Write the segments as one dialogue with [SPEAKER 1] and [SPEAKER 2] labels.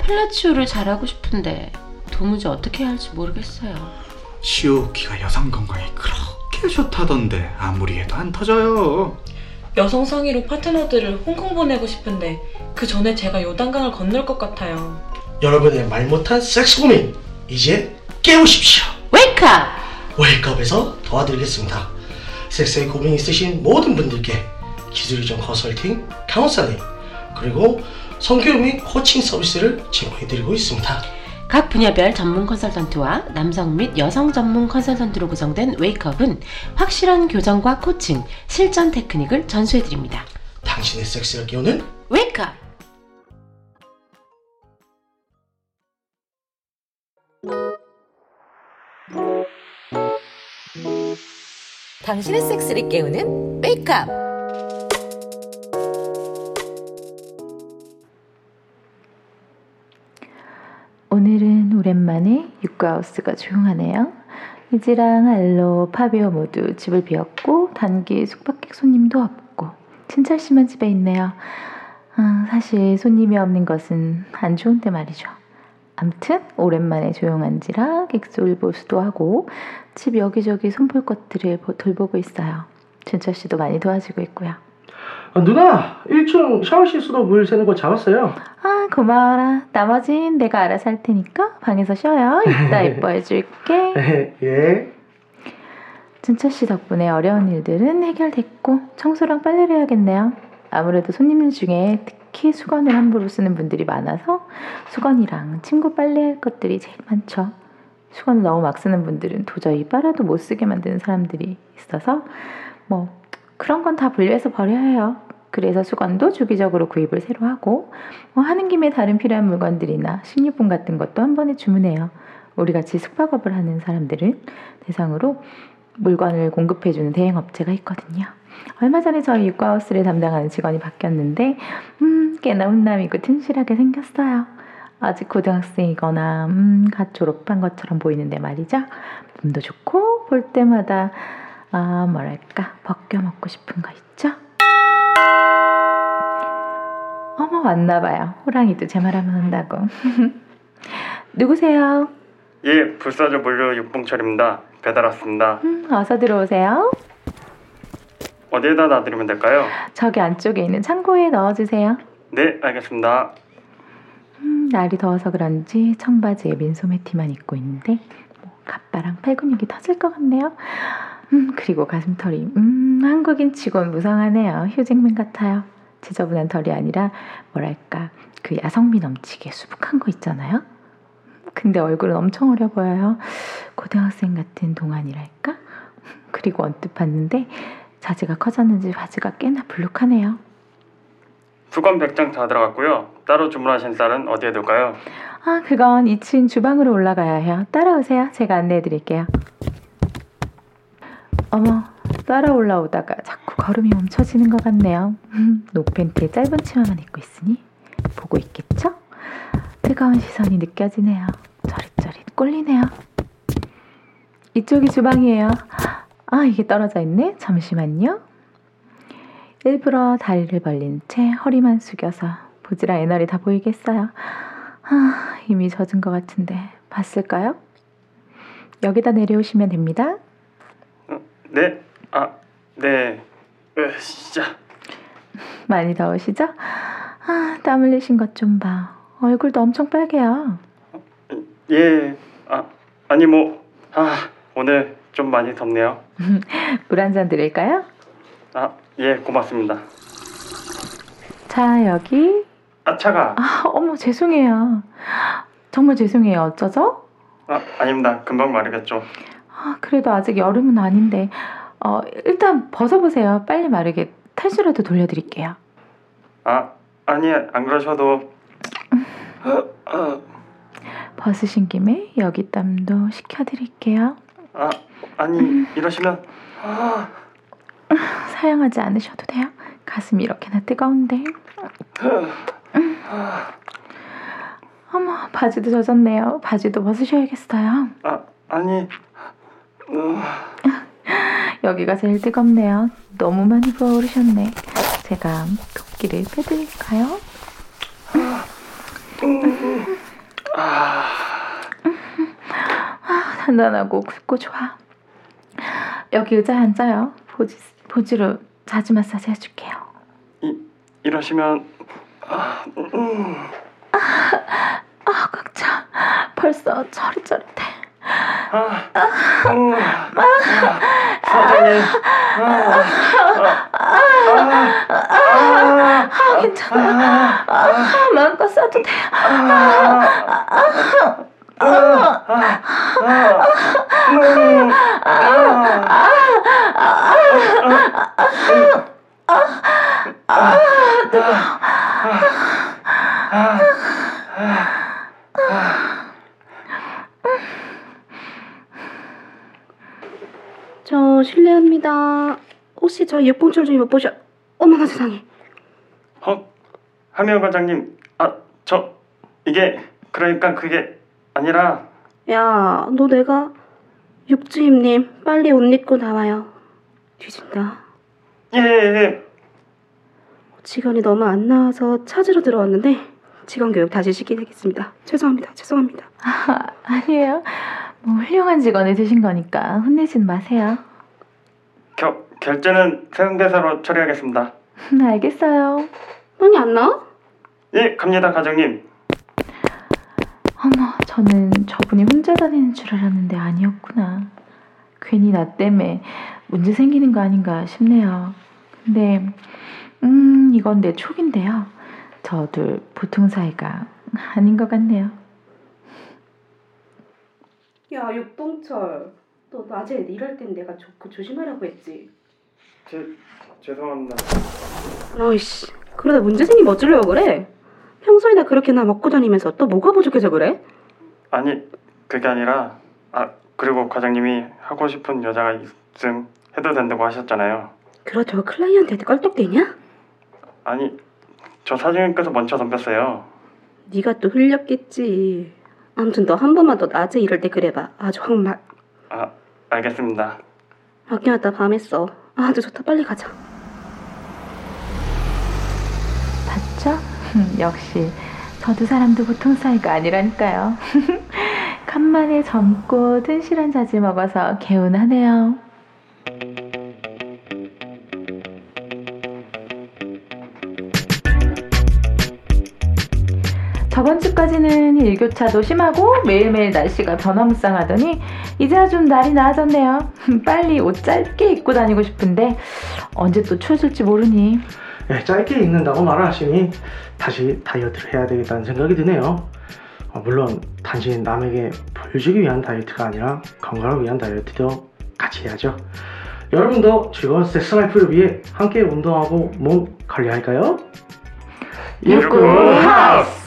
[SPEAKER 1] 팔라치오를 잘하고 싶은데 도무지 어떻게 해야 할지 모르겠어요.
[SPEAKER 2] 시오키가 여성 건강에 그렇게 좋다던데 아무리 해도 안 터져요.
[SPEAKER 3] 여성 상의로 파트너들을 홍콩 보내고 싶은데 그 전에 제가 요단강을 건널 것 같아요.
[SPEAKER 4] 여러분의 말 못한 섹스 고민 이제 깨우십시오.
[SPEAKER 1] 웨이크업!
[SPEAKER 4] 웨이크업에서 도와드리겠습니다. 섹스에 고민 있으신 모든 분들께 기술이전 컨설팅, 카운셀링, 그리고 성교육 및 코칭 서비스를 제공해드리고 있습니다.
[SPEAKER 1] 각 분야별 전문 컨설턴트와 남성 및 여성 전문 컨설턴트로 구성된 웨이크업은 확실한 교정과 코칭, 실전 테크닉을 전수해드립니다.
[SPEAKER 4] 당신의 섹스를 깨우는
[SPEAKER 1] 웨이크업!
[SPEAKER 5] 당신의 섹스를 깨우는 메이크업.
[SPEAKER 6] 오늘은 오랜만에 육가하우스가 조용하네요. 이지랑 알로, 파비오 모두 집을 비웠고 단기 숙박객 손님도 없고 친철 씨만 집에 있네요. 아, 사실 손님이 없는 것은 안 좋은데 말이죠. 암튼 오랜만에 조용한지라 객소일 보수도 하고 집 여기저기 손볼 것들을 보- 돌보고 있어요. 진철 씨도 많이 도와주고 있고요.
[SPEAKER 4] 누나 1층 샤워실수도 물 새는 거 잡았어요.
[SPEAKER 6] 아 고마워라. 나머진 내가 알아서 할 테니까 방에서 쉬어요. 이따 예뻐해 줄게.
[SPEAKER 4] 예.
[SPEAKER 6] 진철 씨 덕분에 어려운 일들은 해결됐고 청소랑 빨래를 해야겠네요. 아무래도 손님들 중에 특히 수건을 함부로 쓰는 분들이 많아서 수건이랑 침구 빨래할 것들이 제일 많죠. 수건을 너무 막 쓰는 분들은 도저히 빨아도 못 쓰게 만드는 사람들이 있어서 뭐 그런 건 다 분류해서 버려야 해요. 그래서 수건도 주기적으로 구입을 새로 하고 뭐 하는 김에 다른 필요한 물건들이나 식료품 같은 것도 한 번에 주문해요. 우리 같이 숙박업을 하는 사람들을 대상으로 물건을 공급해주는 대행 업체가 있거든요. 얼마 전에 저희 육가하우스를 담당하는 직원이 바뀌었는데, 음, 꽤나 훈남이고 튼실하게 생겼어요. 아직 고등학생이거나, 음, 갓 졸업한 것처럼 보이는데 말이죠. 몸도 좋고, 볼 때마다, 아, 뭐랄까, 벗겨먹고 싶은 거 있죠? 어머, 왔나봐요. 호랑이도 제 말하면 한다고. 누구세요?
[SPEAKER 7] 예, 불사조 물류 육봉철입니다. 배달 왔습니다.
[SPEAKER 6] 음, 어서 들어오세요.
[SPEAKER 7] 어디에다 놔드리면 될까요?
[SPEAKER 6] 저기 안쪽에 있는 창고에 넣어주세요.
[SPEAKER 7] 네, 알겠습니다.
[SPEAKER 6] 음, 날이 더워서 그런지 청바지에 민소매 티만 입고 있는데 뭐, 갑바랑 팔근육이 터질 것 같네요. 음, 그리고 가슴털이 음, 한국인 치곤 무성하네요. 휴잭맨 같아요. 지저분한 털이 아니라 뭐랄까 그 야성미 넘치게 수북한 거 있잖아요. 음, 근데 얼굴은 엄청 어려 보여요. 고등학생 같은 동안이랄까? 음, 그리고 언뜻 봤는데 자지가 커졌는지 바지가 꽤나 불룩하네요.
[SPEAKER 7] 수건 100장 다 들어갔고요. 따로 주문하신 쌀은 어디에 둘까요?
[SPEAKER 6] 아, 그건 2층 주방으로 올라가야 해요. 따라오세요. 제가 안내해 드릴게요. 어머, 따라 올라오다가 자꾸 걸음이 멈춰지는 것 같네요. 음, 노팬티에 짧은 치마만 입고 있으니 보고 있겠죠? 뜨거운 시선이 느껴지네요. 저릿저릿 꼴리네요. 이쪽이 주방이에요. 아, 이게 떨어져 있네. 잠시만요. 일부러 다리를 벌린 채 허리만 숙여서 보지라 애널이 다 보이겠어요. 아, 이미 젖은 것 같은데 봤을까요? 여기다 내려오시면 됩니다.
[SPEAKER 7] 네, 아, 네. 으, 진짜.
[SPEAKER 6] 많이 더우시죠? 아, 땀 흘리신 것 좀 봐. 얼굴도 엄청 빨개요.
[SPEAKER 7] 예, 아, 아니 뭐, 아, 오늘 좀 많이 덥네요.
[SPEAKER 6] 물 한 잔 드릴까요?
[SPEAKER 7] 아, 예, 고맙습니다.
[SPEAKER 6] 자, 여기.
[SPEAKER 7] 아, 차가.
[SPEAKER 6] 아, 어머, 죄송해요. 정말 죄송해요. 어쩌죠?
[SPEAKER 7] 아, 아닙니다. 금방 마르겠죠.
[SPEAKER 6] 아, 그래도 아직 여름은 아닌데. 어, 일단 벗어보세요. 빨리 마르게 탈수라도 돌려드릴게요.
[SPEAKER 7] 아, 아니, 안 그러셔도. 아, 아,
[SPEAKER 6] 벗으신 김에 여기 땀도 식혀드릴게요.
[SPEAKER 7] 아, 아니, 이러시면. 아,
[SPEAKER 6] 사양하지 않으셔도 돼요. 가슴이 이렇게나 뜨거운데. 어머, 바지도 젖었네요. 바지도 벗으셔야겠어요.
[SPEAKER 7] 아, 아니. 으,
[SPEAKER 6] 여기가 제일 뜨겁네요. 너무 많이 부어오르셨네. 제가 도끼를 빼드릴까요? 아, 단단하고 굵고 좋아. 여기 의자에 앉아요. 보지, 보지로 자지 마사지 해줄게요.
[SPEAKER 7] 이러시면 아, 음.
[SPEAKER 6] 아, 꽉 차. 벌써 저릿저릿해.
[SPEAKER 7] 아, 음, 아, 사장님. 아, 아, 아, 아,
[SPEAKER 6] 아, 괜찮아요.
[SPEAKER 7] 아,
[SPEAKER 6] 아, 마음껏 써도 돼요.
[SPEAKER 7] 아, 아, 아, 아, 음, 아,
[SPEAKER 8] 저 실례합니다. 혹시 저 육봉철 좀 못 보셔? 어머나 세상에.
[SPEAKER 7] 헉, 하미영 과장님, 아, 저 이게 그러니까 그게 아니라
[SPEAKER 8] 야, 너 내가 육주임님 빨리 옷 입고 나와요. 뒤진다.
[SPEAKER 7] 예, 예, 예.
[SPEAKER 8] 직원이 너무 안 나와서 찾으러 들어왔는데 직원 교육 다시 시키겠습니다. 죄송합니다. 죄송합니다.
[SPEAKER 6] 아, 아니에요. 뭐 훌륭한 직원이 되신 거니까 혼내진 마세요.
[SPEAKER 7] 겨, 결제는 세금대사로 처리하겠습니다.
[SPEAKER 6] 음, 알겠어요.
[SPEAKER 8] 돈이 안 나와?
[SPEAKER 7] 예, 갑니다, 과장님.
[SPEAKER 6] 어머, 저는 저분이 혼자 다니는 줄 알았는데 아니었구나. 괜히 나 때문에 문제 생기는 거 아닌가 싶네요. 근데, 음, 이건 내 촉인데요. 저 둘 보통 사이가 아닌 것 같네요.
[SPEAKER 8] 야, 육봉철. 너 낮에 일할 땐 내가 조, 그 조심하라고 했지.
[SPEAKER 7] 제, 죄송합니다.
[SPEAKER 8] 어이씨. 그러다 문제 생기면 어쩌려고 그래? 평소에나 그렇게나 먹고 다니면서 또 뭐가 부족해서 그래?
[SPEAKER 7] 아니, 그게 아니라 아, 그리고 과장님이 하고 싶은 여자가 있음 해도 된다고 하셨잖아요.
[SPEAKER 8] 그렇다고 클라이언트한테 껄떡대냐?
[SPEAKER 7] 아니, 저 사장님께서 먼저 덤볐어요.
[SPEAKER 8] 네가 또 흘렸겠지. 아무튼 너 한 번만 더 낮에 일할 때 그래봐. 아주 정말
[SPEAKER 7] 아, 알겠습니다.
[SPEAKER 8] 아껴놨다 밤에 써. 아주 좋다. 빨리 가자.
[SPEAKER 6] 봤죠? 역시 저도 사람도 보통 사이가 아니라니까요. 간만에 젊고 튼실한 자지 먹어서 개운하네요. 저번 주까지는 일교차도 심하고 매일매일 날씨가 변화무쌍하더니 이제야 좀 날이 나아졌네요. 빨리 옷 짧게 입고 다니고 싶은데 언제 또 추워질지 모르니
[SPEAKER 4] 예, 짧게 입는다고 말을 하시니 다시 다이어트를 해야 되겠다는 생각이 드네요. 어, 물론 단지 남에게 보여주기 위한 다이어트가 아니라 건강을 위한 다이어트도 같이 해야죠. 여러분도 즐거운 섹스 라이프를 위해 함께 운동하고 몸 관리할까요? 아이고,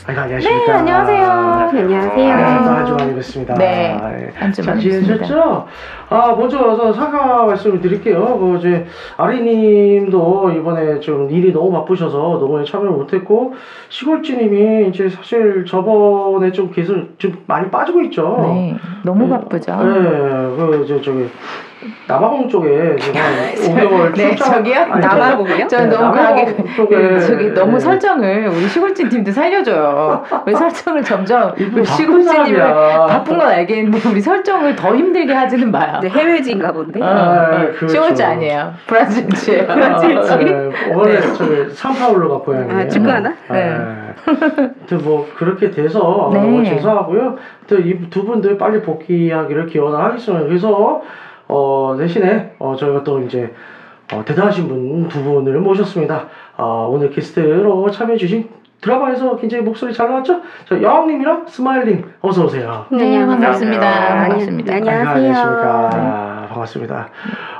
[SPEAKER 4] 안녕하십니까. 아,
[SPEAKER 6] 네, 안녕하세요.
[SPEAKER 8] 안녕하세요.
[SPEAKER 4] 네, 또 아주 많이 뵙습니다.
[SPEAKER 6] 네.
[SPEAKER 4] 예.
[SPEAKER 6] 안주
[SPEAKER 4] 잘
[SPEAKER 6] 많이 드십니다.
[SPEAKER 4] 지내셨죠? 아 먼저 와서 사과 말씀을 드릴게요. 그 이제 아리님도 이번에 좀 일이 너무 바쁘셔서 녹음에 참여를 못했고 시골지님이 이제 사실 저번에 좀 계속 좀 많이 빠지고 있죠.
[SPEAKER 6] 네, 너무
[SPEAKER 4] 네.
[SPEAKER 6] 바쁘죠.
[SPEAKER 4] 네, 그 이제 저기 남아공 쪽에 지금 한 5개월
[SPEAKER 6] 네,
[SPEAKER 4] 출장.
[SPEAKER 6] 저기요?
[SPEAKER 4] 아니, 저기-
[SPEAKER 6] 남아공이요?
[SPEAKER 4] 네,
[SPEAKER 6] 저는 너무 과하게
[SPEAKER 4] 남아공 쪽에
[SPEAKER 6] 저기 너무
[SPEAKER 4] 네.
[SPEAKER 6] 설정을 우리 시골진 팀도 살려줘요. 왜 설정을 점점
[SPEAKER 4] 이분
[SPEAKER 6] 우리
[SPEAKER 4] 바쁜
[SPEAKER 6] 시골진님을
[SPEAKER 4] 사람이야.
[SPEAKER 6] 바쁜 건 알겠는데 우리 설정을 더 힘들게 하지는 마요.
[SPEAKER 8] 네, 해외지인가 본데.
[SPEAKER 6] 어,
[SPEAKER 4] 아,
[SPEAKER 6] 어.
[SPEAKER 4] 그렇죠.
[SPEAKER 6] 시골진 아니에요. 브라질지예요.
[SPEAKER 4] 아, 네. 원래 저기 산파울로가 고향이에요. 예.
[SPEAKER 8] 아, 축구하나?
[SPEAKER 6] 네.
[SPEAKER 4] 아무튼 뭐 그렇게 돼서
[SPEAKER 6] 네.
[SPEAKER 4] 너무 죄송하고요. 또이두 분들 빨리 복귀하기를 기원하겠습니다. 그래서 어 대신에 어 저희가 또 이제 어, 대단하신 분 두 분을 모셨습니다. 어, 오늘 게스트로 참여해주신 드라마에서 굉장히 목소리 잘 나왔죠? 저 여왕님이랑 스마일링 어서 오세요.
[SPEAKER 6] 네,
[SPEAKER 7] 안녕하세요.
[SPEAKER 6] 반갑습니다. 반갑습니다.
[SPEAKER 8] 안녕하세요.
[SPEAKER 4] 아, 반갑습니다.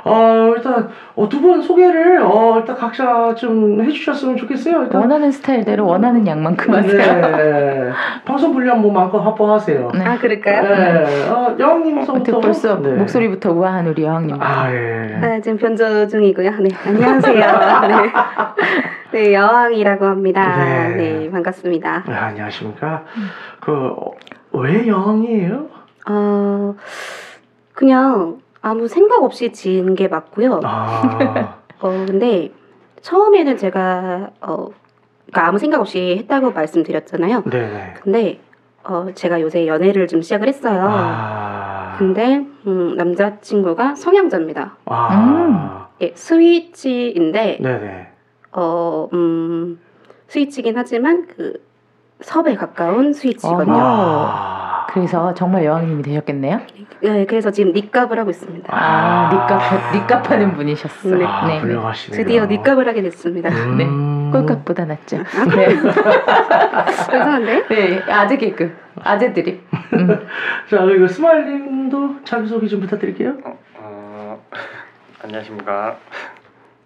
[SPEAKER 4] 어 일단 어, 두 분 소개를 어 일단 각자 좀 해주셨으면 좋겠어요. 일단
[SPEAKER 6] 원하는 스타일대로 원하는 양만큼 하세요.
[SPEAKER 4] 네. 방송 분량 뭐 마음껏 확보하세요.
[SPEAKER 6] 네.
[SPEAKER 8] 아, 그럴까요?
[SPEAKER 4] 네. 어, 영님부터
[SPEAKER 6] 어떻게 벌써 목소리부터 네. 우아한 우리 여왕님.
[SPEAKER 4] 네. 아 예.
[SPEAKER 8] 아, 지금 변조 중이고요. 네, 안녕하세요. 네. 네, 여왕이라고 합니다.
[SPEAKER 4] 네.
[SPEAKER 8] 네, 반갑습니다.
[SPEAKER 4] 아, 안녕하십니까.
[SPEAKER 6] 음.
[SPEAKER 4] 그, 그왜 영이에요?
[SPEAKER 8] 어, 그냥 아무 생각 없이 지은 게
[SPEAKER 4] 어.
[SPEAKER 8] 맞고요.
[SPEAKER 4] 아.
[SPEAKER 8] 어, 근데 처음에는 제가 어, 그러니까 아무 생각 없이 했다고 말씀드렸잖아요.
[SPEAKER 4] 네네.
[SPEAKER 8] 근데 어, 제가 요새 연애를 좀 시작을 했어요.
[SPEAKER 4] 아.
[SPEAKER 8] 근데 음, 남자친구가 성향자입니다.
[SPEAKER 6] 음.
[SPEAKER 2] 아,
[SPEAKER 8] 예, 스위치인데
[SPEAKER 2] 네네.
[SPEAKER 8] 어, 음, 스위치긴 하지만 그 섭에 가까운 스위치거든요.
[SPEAKER 6] 어머.
[SPEAKER 2] 아,
[SPEAKER 6] 그래서 정말 여왕님이 되셨겠네요.
[SPEAKER 8] 네, 그래서 지금 니값을 하고 있습니다.
[SPEAKER 6] 아,
[SPEAKER 2] 아.
[SPEAKER 6] 니값 니값하는 분이셨어요.
[SPEAKER 8] 네.
[SPEAKER 2] 아, 훌륭하시네요.
[SPEAKER 8] 드디어 니값을 하게 됐습니다.
[SPEAKER 6] 네.
[SPEAKER 2] 음.
[SPEAKER 6] 꼴값보다 낫죠. 네.
[SPEAKER 8] 죄송한데?
[SPEAKER 6] 네, 아재 개그, 아재 드립. 음.
[SPEAKER 4] 자 그리고 스마일님도 자기소개 좀 부탁드릴게요.
[SPEAKER 7] 어, 어, 안녕하십니까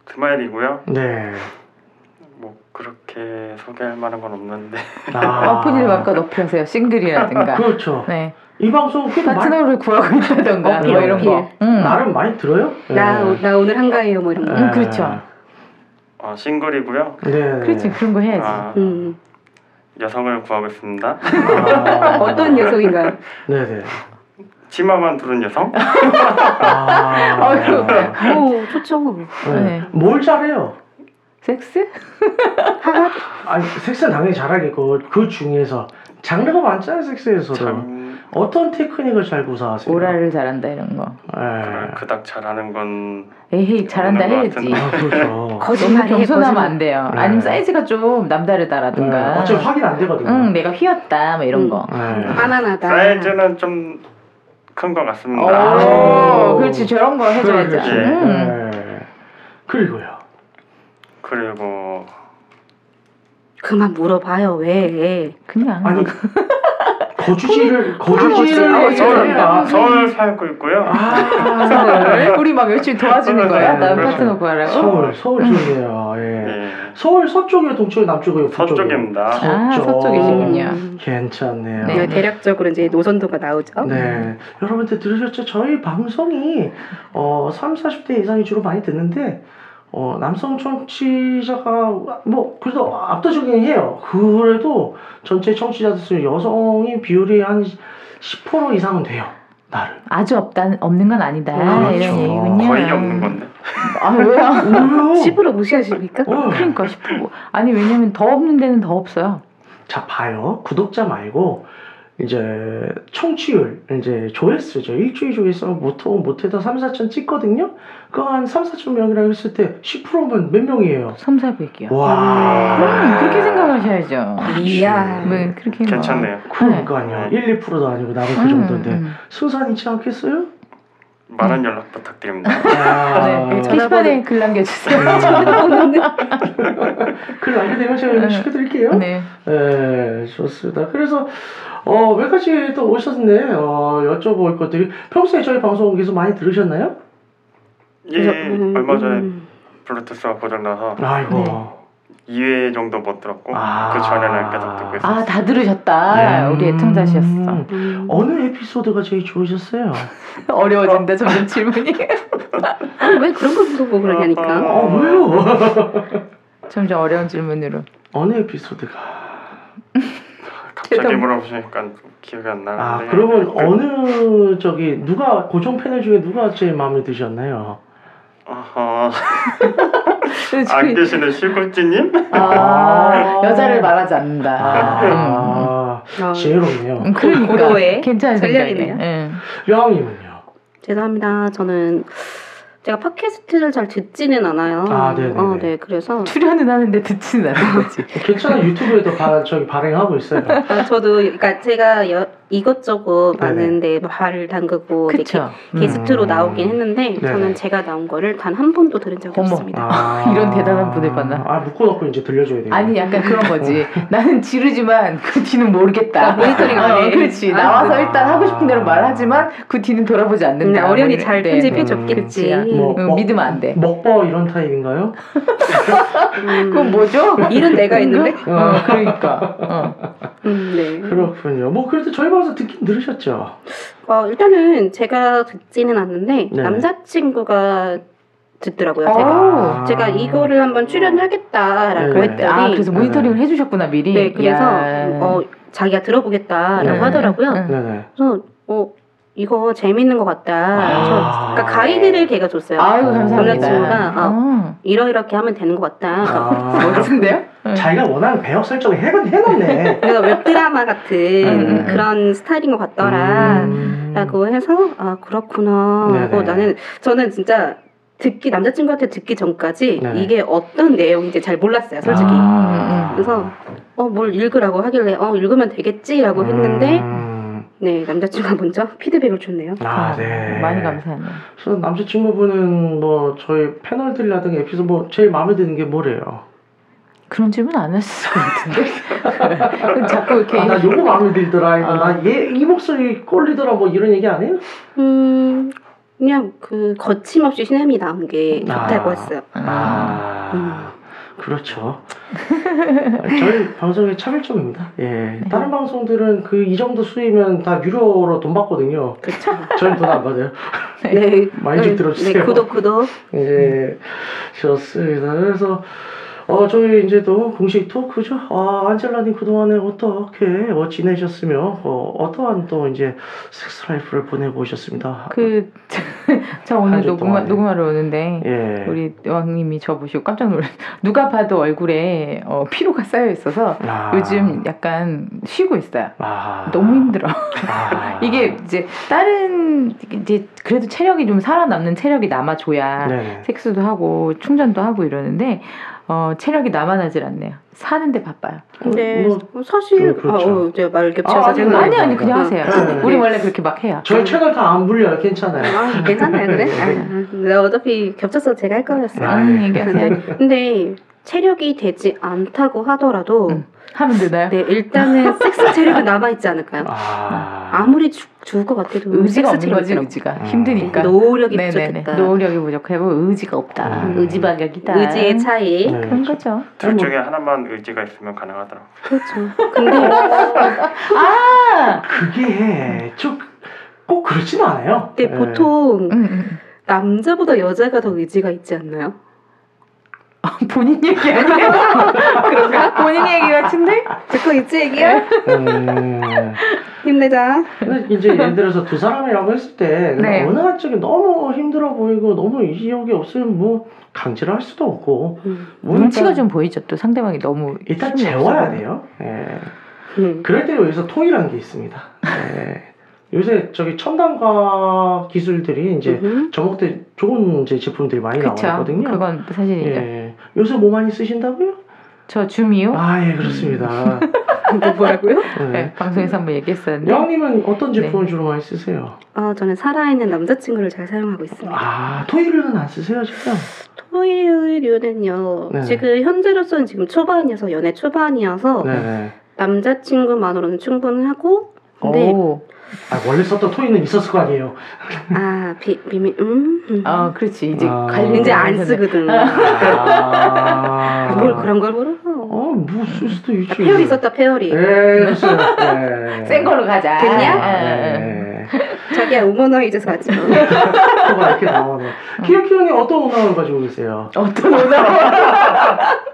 [SPEAKER 7] 스마일이고요.
[SPEAKER 4] 네.
[SPEAKER 7] 뭐 그렇게 소개할 만한 건 없는데
[SPEAKER 4] 아.
[SPEAKER 6] 어플을 아까 높여세요. 싱글이라든가.
[SPEAKER 4] 그렇죠.
[SPEAKER 6] 네.
[SPEAKER 4] 이 방송 꽤 많이
[SPEAKER 6] 파트너를 구하고 있다던가
[SPEAKER 4] 어필,
[SPEAKER 6] 뭐 이런 거.
[SPEAKER 8] 어필.
[SPEAKER 6] 음.
[SPEAKER 4] 나름 많이 들어요?
[SPEAKER 8] 나,
[SPEAKER 4] 네.
[SPEAKER 8] 나 오늘 한가해요, 뭐 이런 거.
[SPEAKER 6] 음, 그렇죠.
[SPEAKER 7] 어, 싱글이고요.
[SPEAKER 4] 네.
[SPEAKER 6] 그렇지 그런 거 해야지.
[SPEAKER 7] 아,
[SPEAKER 8] 음,
[SPEAKER 7] 여성을 구하고 있습니다.
[SPEAKER 4] 아.
[SPEAKER 8] 어떤 여성인가요?
[SPEAKER 4] 네네.
[SPEAKER 7] 치마만 두른 여성?
[SPEAKER 4] 아.
[SPEAKER 6] 어이구.
[SPEAKER 8] 오, 좋죠.
[SPEAKER 4] 네.
[SPEAKER 6] 네.
[SPEAKER 4] 뭘 잘해요?
[SPEAKER 6] 섹스?
[SPEAKER 4] 아니 섹스는 당연히 잘하겠고 그 중에서 장르가 많잖아요 섹스에서도
[SPEAKER 7] 참
[SPEAKER 4] 어떤 테크닉을 잘 구사하세요?
[SPEAKER 6] 오라를 잘한다 이런 거.
[SPEAKER 4] 예.
[SPEAKER 7] 그닥 잘하는 건
[SPEAKER 6] 에헤이 잘한다
[SPEAKER 7] 없는 것
[SPEAKER 6] 해야지.
[SPEAKER 7] 같은데.
[SPEAKER 4] 아 그렇죠.
[SPEAKER 6] 너무
[SPEAKER 8] 거짓말이에요,
[SPEAKER 6] 겸손하면
[SPEAKER 8] 거짓말.
[SPEAKER 6] 안 돼요.
[SPEAKER 4] 네.
[SPEAKER 6] 아니면 사이즈가 좀 남다르다라든가.
[SPEAKER 4] 네. 어차피 확인 안 되거든요.
[SPEAKER 6] 응, 내가 휘었다 뭐 이런
[SPEAKER 8] 음.
[SPEAKER 6] 거.
[SPEAKER 4] 예.
[SPEAKER 8] 바나나다.
[SPEAKER 7] 사이즈는 좀 큰 것
[SPEAKER 6] 오,
[SPEAKER 4] 어.
[SPEAKER 7] 같습니다.
[SPEAKER 6] 어, 그렇지 저런 거 해줘야죠.
[SPEAKER 4] 음. 아. 그렇지.
[SPEAKER 6] 음.
[SPEAKER 4] 예. 그리고요.
[SPEAKER 7] 그리고
[SPEAKER 8] 그만 물어봐요, 왜.
[SPEAKER 6] 그냥.
[SPEAKER 4] 아니
[SPEAKER 6] 음.
[SPEAKER 4] 거주지를 거주지를
[SPEAKER 8] 아,
[SPEAKER 6] 거주지.
[SPEAKER 7] 서울,
[SPEAKER 4] 아,
[SPEAKER 7] 서울 살고 있고요.
[SPEAKER 6] 서울. 우리 막 열심히 도와주는 거야.
[SPEAKER 4] 네,
[SPEAKER 6] 남
[SPEAKER 4] 그렇죠.
[SPEAKER 6] 파트너 구하라고.
[SPEAKER 4] 서울 서울 쪽이에요. 예.
[SPEAKER 7] 예.
[SPEAKER 4] 서울 서쪽이에요, 동쪽이에요, 남쪽이에요, 북쪽이에요? 뭐.
[SPEAKER 7] 서쪽입니다.
[SPEAKER 6] 아,
[SPEAKER 4] 그렇죠.
[SPEAKER 6] 서쪽이시군요. 아니야.
[SPEAKER 4] 괜찮네요.
[SPEAKER 8] 음. 네,
[SPEAKER 6] 네.
[SPEAKER 8] 대략적으로 이제 노선도가 나오죠.
[SPEAKER 4] 네. 여러분들 들으셨죠? 저희 방송이 어, 30, 40대 이상이 주로 많이 듣는데 어, 남성 청취자가 뭐 그래도 압도적이긴 해요. 그래도 전체 청취자들 중에 여성이 비율이 한 10% 이상은 돼요. 나를.
[SPEAKER 6] 아주 없다 없는 건 아니다.
[SPEAKER 4] 그렇죠.
[SPEAKER 6] 이런 얘기군요.
[SPEAKER 7] 거의
[SPEAKER 4] 네.
[SPEAKER 7] 없는 건데.
[SPEAKER 6] 아 왜요?
[SPEAKER 4] 왜요?
[SPEAKER 8] 10으로 무시하십니까?
[SPEAKER 4] 어.
[SPEAKER 6] 그러니까 싶고 아니 왜냐면 더 없는 데는 더 없어요.
[SPEAKER 4] 자 봐요. 구독자 말고 이제 청취율 이제 조회수죠. 일주일 조회수는 보통 못해도 3, 4천 찍거든요. 그거 한 3, 4천 명이라고 했을 때 10%면 몇 명이에요?
[SPEAKER 6] 3, 400이요. 음,
[SPEAKER 4] 와.
[SPEAKER 6] 그럼 그렇게 생각하셔야죠.
[SPEAKER 8] 이야.
[SPEAKER 6] 왜 그렇게 막-
[SPEAKER 7] 괜찮네요.
[SPEAKER 4] 그러니까요. 1, 2%도 아니고 나도 그
[SPEAKER 6] 음,
[SPEAKER 4] 정도인데
[SPEAKER 6] 음.
[SPEAKER 4] 순산이지 않겠어요?
[SPEAKER 7] 많은 연락 부탁드립니다.
[SPEAKER 4] 아, 네.
[SPEAKER 6] 네,
[SPEAKER 4] 그
[SPEAKER 6] 게시판에 글 남겨주세요.
[SPEAKER 4] 글 남겨드리면 제가 연락
[SPEAKER 6] 네.
[SPEAKER 4] 시켜드릴게요.
[SPEAKER 6] 네.
[SPEAKER 4] 네, 좋습니다. 그래서 어, 몇 가지 또 오셨네. 어, 여쭤볼 것들이 평소에 저희 방송 계속 많이 들으셨나요?
[SPEAKER 7] 예,
[SPEAKER 8] 음,
[SPEAKER 7] 얼마 전에
[SPEAKER 8] 음.
[SPEAKER 7] 블루투스가 고장나서
[SPEAKER 4] 아이고.
[SPEAKER 6] 네.
[SPEAKER 7] 2회 정도 못 들었고
[SPEAKER 4] 아.
[SPEAKER 7] 그 전에는 계속 듣고 있었어요.
[SPEAKER 6] 아, 다 들으셨다.
[SPEAKER 4] 음.
[SPEAKER 6] 아, 우리 애청자셨어.
[SPEAKER 8] 음.
[SPEAKER 4] 어느 에피소드가 제일 좋으셨어요?
[SPEAKER 6] 어려워진다, 점점 질문이.
[SPEAKER 8] 아니, 왜 그런 걸 물어보고 그러냐니까.
[SPEAKER 4] 아, 왜요?
[SPEAKER 6] 점점 어려운 질문으로.
[SPEAKER 4] 어느 에피소드가?
[SPEAKER 7] 갑자기
[SPEAKER 6] 대단-
[SPEAKER 7] 물어보시니까 기억이 안
[SPEAKER 4] 아,
[SPEAKER 7] 나는데.
[SPEAKER 4] 그러면
[SPEAKER 7] 그-
[SPEAKER 4] 어느 저기 누가 고정 패널 중에 누가 제일 마음에 드셨나요?
[SPEAKER 7] 어허, 안 계시는 실골지님?
[SPEAKER 4] 음.
[SPEAKER 6] 아, 여자를 말하지 않는다. 음.
[SPEAKER 4] 아,
[SPEAKER 8] 어,
[SPEAKER 4] 지혜롭네요.
[SPEAKER 6] 음, 그러니까.
[SPEAKER 8] 고도의
[SPEAKER 6] 괜찮은
[SPEAKER 8] 전략이네요.
[SPEAKER 6] 생각이에요. 예.
[SPEAKER 4] 여왕님은요?
[SPEAKER 8] 죄송합니다. 저는 제가 팟캐스트를 잘 듣지는 않아요.
[SPEAKER 4] 아, 네네네.
[SPEAKER 8] 어, 네, 그래서
[SPEAKER 6] 출연은 하는데 듣지는
[SPEAKER 8] 어,
[SPEAKER 6] 않는 거지.
[SPEAKER 4] 괜찮아 유튜브에도 바, 저기 발행하고 있어요.
[SPEAKER 8] 아, 저도 그러니까 제가 여- 이것저것
[SPEAKER 4] 네네.
[SPEAKER 8] 많은데 발을 담그고 뭐 이렇게
[SPEAKER 6] 그쵸.
[SPEAKER 8] 게스트로
[SPEAKER 4] 음.
[SPEAKER 8] 나오긴 했는데
[SPEAKER 4] 네네.
[SPEAKER 8] 저는 제가 나온 거를 단 한 번도 들은 적이
[SPEAKER 6] 어머.
[SPEAKER 8] 없습니다.
[SPEAKER 4] 아,
[SPEAKER 6] 이런 대단한 분을 봤나?
[SPEAKER 4] 아 묶어놓고 이제 들려줘야 돼요.
[SPEAKER 6] 아니 약간 그런 거지. 나는 지르지만 그 뒤는 모르겠다.
[SPEAKER 8] 나 어. 아, 모니터링 안 해.
[SPEAKER 6] 어, 그렇지.
[SPEAKER 8] 아,
[SPEAKER 6] 나와서
[SPEAKER 4] 그래.
[SPEAKER 6] 일단 하고 싶은 대로 말하지만 그 뒤는 돌아보지
[SPEAKER 8] 근데
[SPEAKER 6] 않는다.
[SPEAKER 8] 음, 어련히
[SPEAKER 6] 뭐
[SPEAKER 8] 잘
[SPEAKER 6] 이런- 네.
[SPEAKER 8] 편집해 음.
[SPEAKER 6] 그치.
[SPEAKER 8] 줬겠지.
[SPEAKER 4] 뭐,
[SPEAKER 6] 응,
[SPEAKER 4] 뭐.
[SPEAKER 6] 믿으면 안 돼.
[SPEAKER 4] 먹버 이런 타입인가요?
[SPEAKER 8] 음.
[SPEAKER 6] 그건 뭐죠?
[SPEAKER 8] 일은 내가 했는데.
[SPEAKER 6] 어, 그러니까. 어.
[SPEAKER 8] 음, 네.
[SPEAKER 4] 그렇군요. 뭐 그래도 저희 방송 듣긴 들으셨죠.
[SPEAKER 8] 어, 일단은 제가 듣지는 않는데
[SPEAKER 4] 네.
[SPEAKER 8] 남자친구가 듣더라고요. 제가
[SPEAKER 4] 아.
[SPEAKER 6] 오.
[SPEAKER 8] 제가 이거를 한번 출연하겠다라고
[SPEAKER 4] 네.
[SPEAKER 8] 했더니
[SPEAKER 6] 아 그래서 모니터링을 해주셨구나 미리.
[SPEAKER 8] 네 그래서
[SPEAKER 6] 이야.
[SPEAKER 8] 어, 자기가 들어보겠다라고
[SPEAKER 4] 네.
[SPEAKER 8] 하더라고요.
[SPEAKER 6] 응.
[SPEAKER 4] 네네.
[SPEAKER 8] 그래서 어 이거 재밌는 것 같다.
[SPEAKER 4] 아.
[SPEAKER 8] 저- 그러니까 가이드를 걔가 줬어요.
[SPEAKER 6] 아유
[SPEAKER 8] 남자친구가,
[SPEAKER 6] 감사합니다. 어.
[SPEAKER 8] 이러이렇게 하면 되는 것
[SPEAKER 4] 아.
[SPEAKER 8] 같다.
[SPEAKER 6] 멋진데요?
[SPEAKER 4] 자기가 원하는 배역 설정을 해건 해놨네.
[SPEAKER 8] 그래서 웹드라마 같은
[SPEAKER 6] 음.
[SPEAKER 8] 그런 스타일인 것 같더라.
[SPEAKER 4] 음.
[SPEAKER 8] 라고 해서 아 그렇구나
[SPEAKER 4] 네네.
[SPEAKER 8] 하고 나는 저는 진짜 듣기 남자친구한테 듣기 전까지
[SPEAKER 4] 네네.
[SPEAKER 8] 이게 어떤 내용인지 잘 몰랐어요 솔직히
[SPEAKER 6] 아.
[SPEAKER 8] 그래서 어 뭘 읽으라고 하길래 어 읽으면 되겠지라고 했는데
[SPEAKER 4] 음.
[SPEAKER 8] 네 남자친구가 먼저 피드백을 줬네요
[SPEAKER 4] 아, 네.
[SPEAKER 6] 많이 감사하네요.
[SPEAKER 4] 그래서 남자친구분은 뭐 저희 패널들이라든가 에피소드 뭐 제일 마음에 드는 게 뭐래요?
[SPEAKER 6] 그런 질문 안 했을 것 같은데. 자꾸 그 이렇게.
[SPEAKER 4] 아, 나 요거 마음에 들더라. 이거
[SPEAKER 6] 아.
[SPEAKER 4] 나얘 이 목소리 꼴리더라. 뭐 이런 얘기 안 해요?
[SPEAKER 8] 음 그냥 그 거침없이 신음이 나온 게
[SPEAKER 4] 아.
[SPEAKER 8] 좋다고 했어요
[SPEAKER 6] 아.
[SPEAKER 4] 아, 그렇죠. 저희 방송의 차별점입니다.
[SPEAKER 6] 네.
[SPEAKER 4] 예, 다른 방송들은 그 이 정도 수위면 다 유료로 돈 받거든요.
[SPEAKER 8] 그렇죠
[SPEAKER 4] 저희는 돈 안 받아요.
[SPEAKER 8] 네
[SPEAKER 4] 많이 좀
[SPEAKER 8] 네,
[SPEAKER 4] 들어주세요.
[SPEAKER 8] 네 구독 구독
[SPEAKER 4] 예, 좋습니다. 그래서 어 저희 이제 또 공식 토크죠. 아 안젤라님 그동안에 어떻게 어, 지내셨으며 어, 어떠한 또 이제 섹스라이프를 보내고 오셨습니다.
[SPEAKER 6] 그, 저, 저 오늘
[SPEAKER 4] 한주
[SPEAKER 6] 녹음하,
[SPEAKER 4] 동안에.
[SPEAKER 6] 녹음하러 오는데.
[SPEAKER 4] 예.
[SPEAKER 6] 우리 왕님이 저 보시고 깜짝 놀랐 누가 봐도 얼굴에 어, 피로가 쌓여 있어서
[SPEAKER 4] 아,
[SPEAKER 6] 요즘 약간 쉬고 있어요.
[SPEAKER 4] 아,
[SPEAKER 6] 너무 힘들어.
[SPEAKER 4] 아.
[SPEAKER 6] 이게 이제 다른 이제 그래도 체력이 좀 살아남는 체력이 남아줘야
[SPEAKER 4] 네.
[SPEAKER 6] 섹스도 하고 충전도 하고 이러는데 어, 체력이 남아나질 않네요. 사는데 바빠요.
[SPEAKER 8] 네
[SPEAKER 4] 뭐,
[SPEAKER 8] 사실
[SPEAKER 4] 네, 그렇죠.
[SPEAKER 8] 아, 어, 제가 말 겹쳐서
[SPEAKER 4] 아,
[SPEAKER 6] 아니
[SPEAKER 4] 아직은
[SPEAKER 6] 아니,
[SPEAKER 4] 아니에요.
[SPEAKER 6] 그냥
[SPEAKER 8] 어.
[SPEAKER 6] 하세요.
[SPEAKER 4] 네.
[SPEAKER 6] 우리 원래 그렇게 막 해요.
[SPEAKER 4] 저희 채널 다 안 불려요. 괜찮아요.
[SPEAKER 8] 아, 괜찮아요, 그래? 아, 내가 어차피 겹쳐서 제가 할 거였어.
[SPEAKER 4] 네. 아.
[SPEAKER 6] 음, 얘기하세요.
[SPEAKER 8] 근데 체력이 되지 않다고 하더라도,
[SPEAKER 6] 음. 하면 되나요?
[SPEAKER 8] 네, 일단은 섹스 체력은 남아있지 않을까요?
[SPEAKER 4] 아.
[SPEAKER 8] 아무리 죽, 죽을 것 같아도
[SPEAKER 6] 의지가
[SPEAKER 8] 섹스
[SPEAKER 6] 없는 거지
[SPEAKER 8] 체력은
[SPEAKER 6] 의지가
[SPEAKER 4] 음.
[SPEAKER 6] 힘드니까.
[SPEAKER 8] 노력이
[SPEAKER 6] 네네네.
[SPEAKER 8] 부족했다.
[SPEAKER 6] 노력이 부족하고 의지가 없다.
[SPEAKER 4] 음.
[SPEAKER 6] 의지박약이다. 음.
[SPEAKER 8] 의지의 차이.
[SPEAKER 4] 네.
[SPEAKER 6] 예? 그런 거죠.
[SPEAKER 7] 둘 중에 하나만 의지가 있으면 가능하더라고. 요
[SPEAKER 8] 그렇죠. 근데,
[SPEAKER 6] 아,
[SPEAKER 4] 그게 좀꼭 그렇진 않아요.
[SPEAKER 6] 네,
[SPEAKER 8] 근데
[SPEAKER 4] 예.
[SPEAKER 8] 보통
[SPEAKER 6] 음, 음.
[SPEAKER 8] 남자보다 여자가 더 의지가 있지 않나요?
[SPEAKER 6] 아, 본인 얘기 아니에요? 그런가? 본인 얘기 같은데?
[SPEAKER 8] 듣고 있지,
[SPEAKER 6] 네.
[SPEAKER 8] 얘기야?
[SPEAKER 4] 예. 음.
[SPEAKER 8] 힘내자.
[SPEAKER 4] 근데 이제 예를 들어서 두 사람이라고 했을 때
[SPEAKER 6] 네.
[SPEAKER 4] 어느 한쪽이 너무 힘들어 보이고 너무 의욕이 없으면 뭐 강제를 할 수도 없고
[SPEAKER 8] 음.
[SPEAKER 4] 뭐
[SPEAKER 6] 눈치가
[SPEAKER 4] 일단-
[SPEAKER 6] 좀 보이죠. 또 상대방이 너무
[SPEAKER 4] 일단
[SPEAKER 6] 힘이
[SPEAKER 4] 재워야
[SPEAKER 6] 없어서.
[SPEAKER 4] 돼요. 예.
[SPEAKER 8] 음.
[SPEAKER 4] 그럴 때 여기서 통일한 게 있습니다. 예. 요새 저기 첨단과 기술들이 이제
[SPEAKER 8] 음.
[SPEAKER 4] 저목대 좋은 이제 제품들이 많이
[SPEAKER 6] 그쵸.
[SPEAKER 4] 나오거든요.
[SPEAKER 6] 그건 사실이죠.
[SPEAKER 4] 예. 요새 뭐 많이 쓰신다고요?
[SPEAKER 6] 저 줌이요.
[SPEAKER 4] 아, 예, 그렇습니다.
[SPEAKER 8] 뭐 뭐라고요?
[SPEAKER 6] 네,
[SPEAKER 4] 예.
[SPEAKER 6] 방송에서 한번 얘기했었는데.
[SPEAKER 4] 영님은 어떤
[SPEAKER 6] 네.
[SPEAKER 4] 제품을 주로 많이 쓰세요?
[SPEAKER 8] 아, 저는 살아있는 남자친구를 잘 사용하고 있습니다.
[SPEAKER 4] 아, 토일은 안 쓰세요, 지금?
[SPEAKER 8] 토요일에는요.
[SPEAKER 4] 네.
[SPEAKER 8] 지금 현재로서는 지금 초반이어서 연애 초반이어서
[SPEAKER 4] 네네.
[SPEAKER 8] 남자친구만으로는 충분하고 근데
[SPEAKER 6] 오,
[SPEAKER 4] 아, 원래 썼던 토이는 있었을 거 아니에요.
[SPEAKER 8] 아 비, 비밀 음, 음.
[SPEAKER 6] 아, 그렇지. 이제
[SPEAKER 4] 아.
[SPEAKER 6] 관리
[SPEAKER 8] 이제 안 쓰거든.
[SPEAKER 4] 아.
[SPEAKER 8] 뭘 그런 걸 모르고
[SPEAKER 4] 어, 뭐쓸 수도 있지.
[SPEAKER 8] 페어리 아, 있었다 페어리.
[SPEAKER 4] 예,
[SPEAKER 6] 네.
[SPEAKER 4] 글쎄요. 예.
[SPEAKER 6] 센 걸로 가자.
[SPEAKER 8] 됐냐?
[SPEAKER 4] 아,
[SPEAKER 6] 예, 예, 예.
[SPEAKER 4] 예.
[SPEAKER 8] 자기야 우머너이즈 사지. 뭐.
[SPEAKER 4] 코가 이렇게 나오네. 키키 형이 어떤 운항을 가지고 계세요?
[SPEAKER 6] 어떤 오다.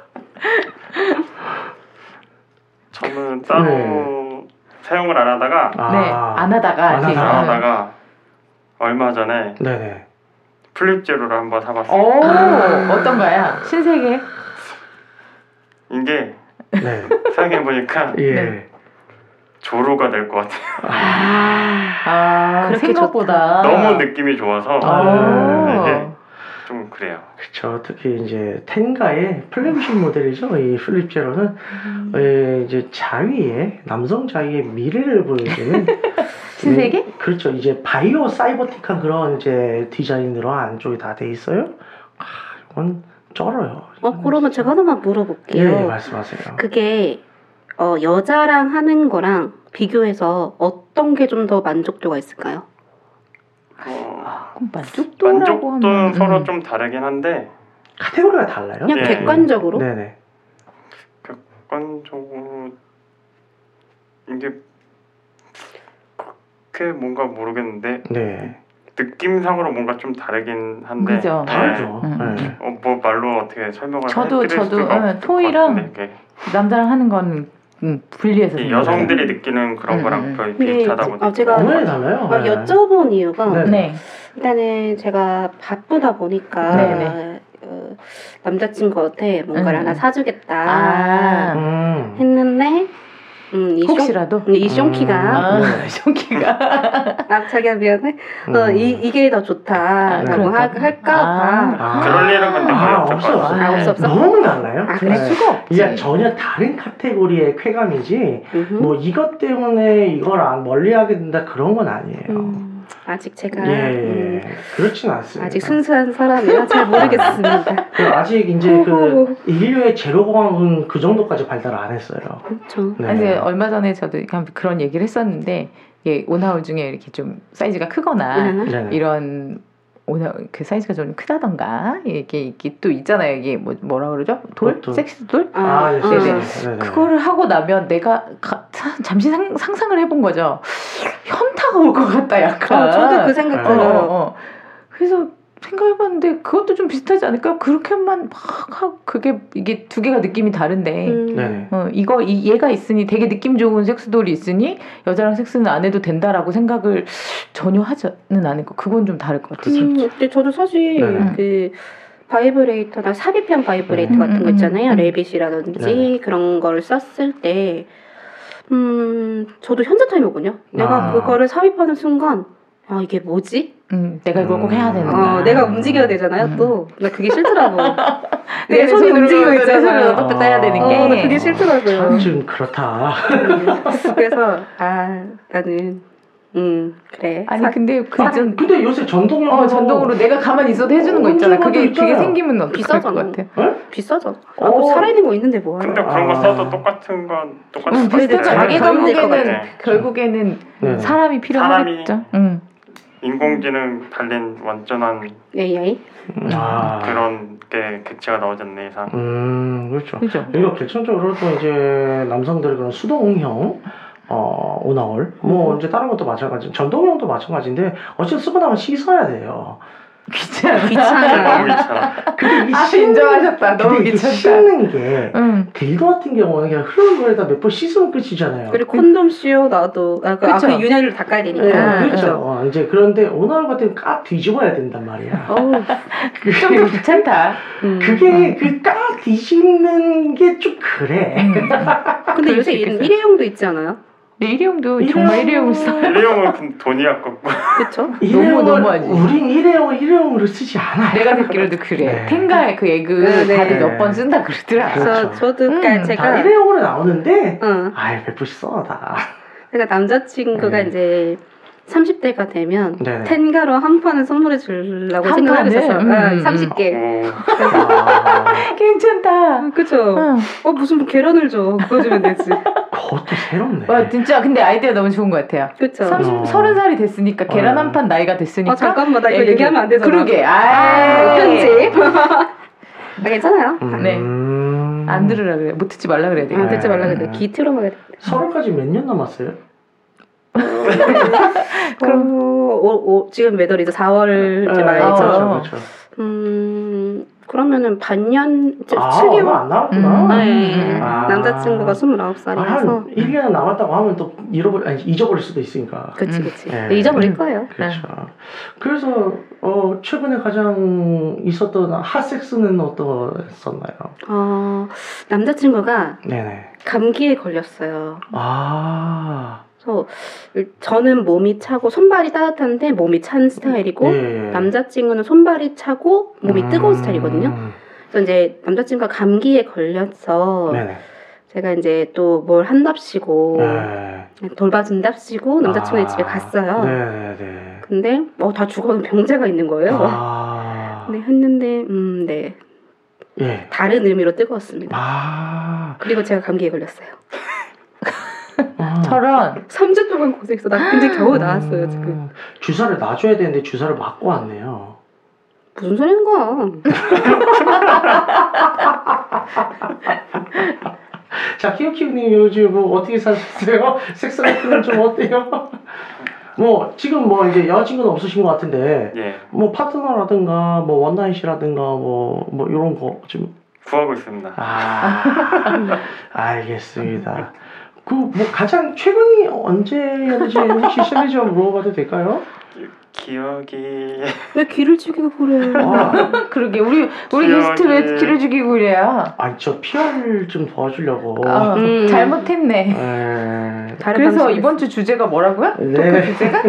[SPEAKER 7] 저는 따로
[SPEAKER 4] 네.
[SPEAKER 7] 사용을 안 하다가
[SPEAKER 4] 아.
[SPEAKER 6] 네, 안 하다가.
[SPEAKER 4] 안
[SPEAKER 6] 이렇게.
[SPEAKER 7] 안
[SPEAKER 4] 하다가.
[SPEAKER 6] 아.
[SPEAKER 7] 하다가 얼마 전에
[SPEAKER 4] 네네.
[SPEAKER 7] 플립 제로를 한번 사봤어요.
[SPEAKER 6] 오, 어떤 거야? 신세계.
[SPEAKER 7] 이게
[SPEAKER 4] 네.
[SPEAKER 7] 생각해 보니까
[SPEAKER 4] 예.
[SPEAKER 6] 네.
[SPEAKER 7] 조로가 될 것 같아요.
[SPEAKER 8] 아,
[SPEAKER 6] 아,
[SPEAKER 8] 그렇게
[SPEAKER 6] 생각보다.
[SPEAKER 7] 너무 느낌이 좋아서
[SPEAKER 6] 아.
[SPEAKER 7] 네, 좀 그래요.
[SPEAKER 4] 그쵸. 특히 이제 텐가의 플래그십 모델이죠. 이 플립 제로는 예, 이제 자위의 남성 자위의 미래를 보여주는
[SPEAKER 6] 신세계?
[SPEAKER 4] 네, 그렇죠. 이제 바이오 사이버틱한 그런 이제 디자인으로 안쪽이 다 돼 있어요. 아, 이건 쩔어요.
[SPEAKER 8] 어 그러면 제가 하나만 물어볼게요.
[SPEAKER 6] 네,
[SPEAKER 4] 예, 말씀하세요.
[SPEAKER 8] 그게 어, 여자랑 하는 거랑 비교해서 어떤 게 좀 더 만족도가 있을까요?
[SPEAKER 7] 어,
[SPEAKER 6] 그럼 만족도라고 아, 하면
[SPEAKER 7] 만족도는
[SPEAKER 6] 음.
[SPEAKER 7] 서로 좀 다르긴 한데
[SPEAKER 4] 카테고리가 달라요?
[SPEAKER 8] 그냥
[SPEAKER 7] 예.
[SPEAKER 8] 객관적으로.
[SPEAKER 4] 네네.
[SPEAKER 7] 객관적으로 이게 그렇게 뭔가 모르겠는데
[SPEAKER 4] 네.
[SPEAKER 7] 느낌상으로 뭔가 좀 다르긴 한데
[SPEAKER 6] 그죠.
[SPEAKER 7] 네.
[SPEAKER 4] 다르죠.
[SPEAKER 6] 음, 음.
[SPEAKER 4] 네.
[SPEAKER 7] 어, 뭐 말로 어떻게 설명을
[SPEAKER 6] 저도-
[SPEAKER 7] 해드릴
[SPEAKER 6] 저도,
[SPEAKER 7] 수가
[SPEAKER 6] 어,
[SPEAKER 7] 없을 것
[SPEAKER 6] 토이랑
[SPEAKER 7] 같은데, 이게.
[SPEAKER 6] 남자랑 하는 건 음, 분리해서
[SPEAKER 7] 이
[SPEAKER 6] 생각을
[SPEAKER 7] 여성들이 느끼는 그런
[SPEAKER 4] 네,
[SPEAKER 6] 음,
[SPEAKER 7] 거랑
[SPEAKER 6] 음.
[SPEAKER 7] 거의
[SPEAKER 8] 이게
[SPEAKER 7] 비슷하다고
[SPEAKER 8] 아, 제가
[SPEAKER 4] 정말 달라요.
[SPEAKER 8] 막
[SPEAKER 4] 네.
[SPEAKER 8] 여쭤본 이유가
[SPEAKER 4] 네.
[SPEAKER 6] 해요. 네.
[SPEAKER 8] 일단은 제가 바쁘다 보니까
[SPEAKER 6] 네, 네.
[SPEAKER 8] 어, 남자친구한테 뭔가를
[SPEAKER 6] 음.
[SPEAKER 8] 하나 사주겠다
[SPEAKER 6] 아,
[SPEAKER 4] 음.
[SPEAKER 8] 했는데 음, 이 쇼-
[SPEAKER 6] 네. 혹시라도
[SPEAKER 8] 이 쇼키가
[SPEAKER 6] 아,
[SPEAKER 4] 네.
[SPEAKER 6] 쇼키가
[SPEAKER 8] 아 자기야 미안해 어,
[SPEAKER 4] 음.
[SPEAKER 8] 이, 이게 더
[SPEAKER 6] 아,
[SPEAKER 8] 좋다라고
[SPEAKER 6] 그럴까?
[SPEAKER 8] 하- 할까봐
[SPEAKER 4] 아.
[SPEAKER 7] 그럴 일은 근데 거의
[SPEAKER 4] 아,
[SPEAKER 7] 없을
[SPEAKER 4] 없어,
[SPEAKER 7] 것
[SPEAKER 4] 없어.
[SPEAKER 7] 같아요.
[SPEAKER 8] 아, 없어, 없어?
[SPEAKER 4] 너무 달라요.
[SPEAKER 8] 아, 그래?
[SPEAKER 4] 네.
[SPEAKER 6] 수가 없지.
[SPEAKER 4] 이게 전혀 다른 카테고리의 쾌감이지.
[SPEAKER 8] 음흠.
[SPEAKER 4] 뭐 이것 때문에 이걸 안 멀리하게 된다 그런 건 아니에요.
[SPEAKER 8] 음, 아직 제가
[SPEAKER 4] 예,
[SPEAKER 8] 음,
[SPEAKER 4] 예. 그렇진 않습니다.
[SPEAKER 8] 아직 순수한 사람이라 잘 모르겠습니다
[SPEAKER 4] 그 아직 이제 그 인류의 제로 공항은 그 정도까지 발달 을안 했어요.
[SPEAKER 8] 그렇죠
[SPEAKER 4] 네.
[SPEAKER 6] 아니, 근데 얼마 전에 저도 약간 그런 얘기를 했었는데 이게 온화울 중에 이렇게 좀 사이즈가 크거나
[SPEAKER 8] 음.
[SPEAKER 4] 네네.
[SPEAKER 6] 이런 온화울 그 사이즈가 좀 크다던가 이게 이게 또 있잖아요 이게 뭐 뭐라 그러죠 돌
[SPEAKER 4] 어떤-
[SPEAKER 6] 섹시 돌
[SPEAKER 8] 아,
[SPEAKER 4] 아, 예,
[SPEAKER 8] 어.
[SPEAKER 4] 네, 네. 네, 네.
[SPEAKER 6] 그거를 하고 나면 내가 가- 사- 잠시 상, 상상을 해본 거죠. 현타가 올 것 같다, 약간.
[SPEAKER 8] 어, 저도 그 생각
[SPEAKER 4] 어,
[SPEAKER 6] 어,
[SPEAKER 8] 들어요
[SPEAKER 6] 어, 어. 그래서 생각해봤는데 그것도 좀 비슷하지 않을까? 그렇게만 막 하고 그게 이게 두 개가 느낌이 다른데.
[SPEAKER 8] 음.
[SPEAKER 4] 네네.
[SPEAKER 6] 어, 이거 이 얘가 있으니 되게 느낌 좋은 섹스돌이 있으니 여자랑 섹스는 안 해도 된다라고 생각을 전혀 하지는 않을 거. 그건 좀 다를 것 같아요.
[SPEAKER 8] 음, 근데 저도 사실
[SPEAKER 4] 네네.
[SPEAKER 8] 그 바이브레이터나 삽입형 바이브레이터
[SPEAKER 4] 음,
[SPEAKER 8] 같은 거
[SPEAKER 6] 음,
[SPEAKER 8] 있잖아요.
[SPEAKER 6] 음.
[SPEAKER 8] 레빗이라든지
[SPEAKER 4] 네네.
[SPEAKER 8] 그런 걸 썼을 때, 음, 저도 현자 타이거든요. 내가
[SPEAKER 4] 아.
[SPEAKER 8] 그거를 삽입하는 순간, 아 이게 뭐지?
[SPEAKER 6] 음, 내가 이걸 꼭 해야 되는
[SPEAKER 4] 음.
[SPEAKER 8] 어,
[SPEAKER 6] 거야.
[SPEAKER 8] 내가 움직여야 되잖아요.
[SPEAKER 6] 음.
[SPEAKER 8] 또, 나 그게 싫더라고.
[SPEAKER 6] 내
[SPEAKER 8] 내 손이
[SPEAKER 6] 손으로
[SPEAKER 8] 움직이고
[SPEAKER 6] 내 손으로
[SPEAKER 8] 있잖아요.
[SPEAKER 6] 빡빡 따야 되는
[SPEAKER 8] 어,
[SPEAKER 6] 게.
[SPEAKER 8] 나 그게 싫더라고요.
[SPEAKER 4] 참 지금 그렇다.
[SPEAKER 8] 음, 그래서 아 나는 음 그래.
[SPEAKER 6] 아니
[SPEAKER 8] 사-
[SPEAKER 6] 근데 그 전,
[SPEAKER 4] 근데 요새 전동으로
[SPEAKER 6] 어 전동으로 내가 가만히 있어도 해주는 거
[SPEAKER 4] 어,
[SPEAKER 6] 있잖아.
[SPEAKER 4] 언제
[SPEAKER 6] 그게
[SPEAKER 4] 봐도 있잖아요.
[SPEAKER 6] 그게 생기면 어떡할 것
[SPEAKER 8] 음, 비싸잖아.
[SPEAKER 6] 같아.
[SPEAKER 8] 비싸죠. 아,
[SPEAKER 4] 어.
[SPEAKER 8] 뭐 살아있는 거 있는데 뭐.
[SPEAKER 7] 근데
[SPEAKER 8] 하나.
[SPEAKER 7] 그런
[SPEAKER 4] 아.
[SPEAKER 7] 거 써도 똑같은 건 똑같은
[SPEAKER 6] 음,
[SPEAKER 7] 것
[SPEAKER 8] 비슷하죠.
[SPEAKER 7] 같아요.
[SPEAKER 8] 자기 감정일 것
[SPEAKER 6] 결국에는
[SPEAKER 7] 같아.
[SPEAKER 6] 결국에는
[SPEAKER 4] 네.
[SPEAKER 6] 사람이 필요하겠죠. 음, 응.
[SPEAKER 7] 인공지능 달린 완전한
[SPEAKER 8] AI.
[SPEAKER 4] 아.
[SPEAKER 7] 그런 게 객체가 나오졌네 이상.
[SPEAKER 4] 음, 그렇죠.
[SPEAKER 6] 그죠.
[SPEAKER 4] 그리고 결정적으로 또 이제 남성들의 그런 수동형 어 오나홀
[SPEAKER 6] 음.
[SPEAKER 4] 뭐 이제 다른 것도 마찬가지 전동형도 마찬가지인데 어쨌든 쓰고 나면 씻어야 돼요.
[SPEAKER 6] 귀찮아.
[SPEAKER 7] 너무
[SPEAKER 8] 어, 귀찮아.
[SPEAKER 7] 귀찮아.
[SPEAKER 4] 근데 이
[SPEAKER 6] 아,
[SPEAKER 4] 씻는-
[SPEAKER 6] 인정하셨다. 너무
[SPEAKER 4] 근데 이게
[SPEAKER 6] 귀찮다. 어. 음,
[SPEAKER 4] 씻는 게
[SPEAKER 6] 응.
[SPEAKER 4] 딜도 같은 경우는 그냥 흐르는 물에다 몇 번 씻으면 끝이잖아요.
[SPEAKER 6] 그러니까.
[SPEAKER 8] 그리고 콘돔 씌워 놔도 아, 그, 아, 그
[SPEAKER 6] 그쵸. 네,
[SPEAKER 8] 윤활유를 닦아야
[SPEAKER 4] 예,
[SPEAKER 8] 되니까.
[SPEAKER 4] 그렇죠. 어, 이제 그런데 오나홀 같은 까 뒤집어야 된단 말이야.
[SPEAKER 8] 어우,
[SPEAKER 6] 좀 더 귀찮다.
[SPEAKER 8] 음.
[SPEAKER 4] 그게 그 까 뒤집는 게 좀 그래.
[SPEAKER 6] 응.
[SPEAKER 8] 음. 아, 근데
[SPEAKER 6] 그럴
[SPEAKER 8] 요새
[SPEAKER 6] 수
[SPEAKER 8] 이런
[SPEAKER 6] 있겠어요.
[SPEAKER 8] 일회용도 있지 않아요?
[SPEAKER 6] 근데 일회용도 음, 정말 일회용 써.
[SPEAKER 7] 일회용은 돈이 아깝고
[SPEAKER 8] 그렇죠?
[SPEAKER 4] 일회용을
[SPEAKER 6] 너무하지.
[SPEAKER 4] 우린 일회용 일회용으로 쓰지 않아요.
[SPEAKER 6] 내가 듣기로도 그래.
[SPEAKER 4] 네.
[SPEAKER 6] 텐가의 그 애그
[SPEAKER 8] 네, 네.
[SPEAKER 6] 다들 몇 번 쓴다 그러더라.
[SPEAKER 8] 그래서
[SPEAKER 4] 그렇죠.
[SPEAKER 8] 저도 그니까
[SPEAKER 6] 음,
[SPEAKER 4] 다
[SPEAKER 8] 제가
[SPEAKER 4] 일회용으로 나오는데
[SPEAKER 8] 어,
[SPEAKER 4] 아이 베프 써다.
[SPEAKER 8] 그러니까 남자친구가
[SPEAKER 4] 네.
[SPEAKER 8] 이제 30대가 되면
[SPEAKER 4] 네네.
[SPEAKER 8] 텐가로 한 판을 선물해 주려고
[SPEAKER 6] 한
[SPEAKER 8] 생각을
[SPEAKER 6] 판을?
[SPEAKER 8] 했었어요. 아,
[SPEAKER 6] 음, 음, 음.
[SPEAKER 8] 30개.
[SPEAKER 7] 오,
[SPEAKER 4] 아,
[SPEAKER 6] 괜찮다.
[SPEAKER 8] 그쵸?
[SPEAKER 6] 응.
[SPEAKER 8] 어, 무슨 뭐 계란을 줘. 그거 주면 되지.
[SPEAKER 4] 그것도 새롭네.
[SPEAKER 6] 와 진짜 근데 아이디어 너무 좋은 것 같아요.
[SPEAKER 8] 그쵸?
[SPEAKER 4] 어.
[SPEAKER 6] 30, 서른 살이 됐으니까 계란 한 판 나이가 됐으니까.
[SPEAKER 8] 아, 잠깐만, 나 이거
[SPEAKER 6] 애기를-
[SPEAKER 8] 얘기하면 안 되잖아.
[SPEAKER 6] 네, 그러게. 아,
[SPEAKER 8] 아, 편집. 아, 괜찮아요.
[SPEAKER 4] 음.
[SPEAKER 6] 네. 안 들으라 그래. 못 듣지 말라 그래야 돼.
[SPEAKER 8] 아, 듣지 말라 그래도
[SPEAKER 4] 음.
[SPEAKER 8] 기트로 먹어야 돼.
[SPEAKER 4] 서른까지 몇 년 남았어요?
[SPEAKER 8] 그럼 오, 오, 어, 지금 몇 월이죠? 4월 이제 말이죠.
[SPEAKER 6] 아,
[SPEAKER 4] 그렇죠, 그렇죠.
[SPEAKER 8] 음 그러면은 반년 칠-
[SPEAKER 4] 아,
[SPEAKER 8] 칠
[SPEAKER 4] 얼마
[SPEAKER 8] 7개월
[SPEAKER 4] 안 남았구나.
[SPEAKER 6] 음.
[SPEAKER 8] 네.
[SPEAKER 4] 아.
[SPEAKER 8] 남자친구가
[SPEAKER 4] 아,
[SPEAKER 8] 29살이라서
[SPEAKER 4] 한 1년 남았다고 하면 또 잃어버리, 아니, 잊어버릴 수도 있으니까.
[SPEAKER 8] 그치
[SPEAKER 6] 음.
[SPEAKER 8] 그치
[SPEAKER 4] 네.
[SPEAKER 8] 네, 잊어버릴 거예요
[SPEAKER 4] 그렇죠.
[SPEAKER 8] 네.
[SPEAKER 4] 그래서 어, 최근에 가장 있었던 핫섹스는 어떠셨나요?
[SPEAKER 8] 어, 남자친구가
[SPEAKER 4] 네네.
[SPEAKER 8] 감기에 걸렸어요
[SPEAKER 4] 아.
[SPEAKER 8] 그래서 저는 몸이 차고 손발이 따뜻한데 몸이 찬 스타일이고
[SPEAKER 4] 예, 예.
[SPEAKER 8] 남자친구는 손발이 차고 몸이
[SPEAKER 4] 음.
[SPEAKER 8] 뜨거운 스타일이거든요 그래서 이제 남자친구가 감기에 걸려서
[SPEAKER 4] 네네.
[SPEAKER 8] 제가 이제 또 뭘 한답시고
[SPEAKER 4] 네.
[SPEAKER 8] 돌봐준답시고 남자친구네
[SPEAKER 4] 아,
[SPEAKER 8] 집에 갔어요
[SPEAKER 4] 네네네.
[SPEAKER 8] 근데 어, 다 죽어도 병자가 있는 거예요.
[SPEAKER 4] 아.
[SPEAKER 8] 네, 했는데 음, 네.
[SPEAKER 4] 예.
[SPEAKER 8] 다른 의미로 뜨거웠습니다.
[SPEAKER 4] 아.
[SPEAKER 8] 그리고 제가 감기에 걸렸어요.
[SPEAKER 6] 음.
[SPEAKER 4] 아.
[SPEAKER 6] 저런.
[SPEAKER 8] 3주 동안 고생했어. 나 근데 겨우 뭐 나왔어요, 지금.
[SPEAKER 4] 음, 주사를 놔줘야 되는데 주사를 맞고 왔네요.
[SPEAKER 8] 무슨 소리 하는 거야?
[SPEAKER 4] 자, 키우키우님 요즘 뭐 어떻게 사셨어요? 섹스라이프는 좀 어때요? 뭐 지금 뭐 이제 여자친구는 없으신 것 같은데
[SPEAKER 7] 예,
[SPEAKER 4] 뭐 파트너라든가 뭐 원나잇이라든가 뭐 뭐 이런 거 좀
[SPEAKER 7] 구하고 있습니다.
[SPEAKER 4] 아, 알겠습니다. 그 뭐 가장 최근이 언제였는지 혹시 실례지만 물어봐도 될까요?
[SPEAKER 7] 기억이
[SPEAKER 8] 왜 귀를 죽이고 그래?
[SPEAKER 4] 아,
[SPEAKER 6] 그러게 우리 우리
[SPEAKER 7] 귀여워,
[SPEAKER 6] 게스트 왜
[SPEAKER 7] 이제.
[SPEAKER 6] 길을 죽이고 이래요?
[SPEAKER 4] 아, 저 PR을 좀 도와주려고. 예.
[SPEAKER 6] 어,
[SPEAKER 8] 음.
[SPEAKER 6] 잘못했네.
[SPEAKER 4] 에,
[SPEAKER 8] 다른
[SPEAKER 6] 그래서
[SPEAKER 8] 방식으로
[SPEAKER 6] 이번 주 주제가 뭐라고요?
[SPEAKER 4] 네.
[SPEAKER 6] 토크 주제가?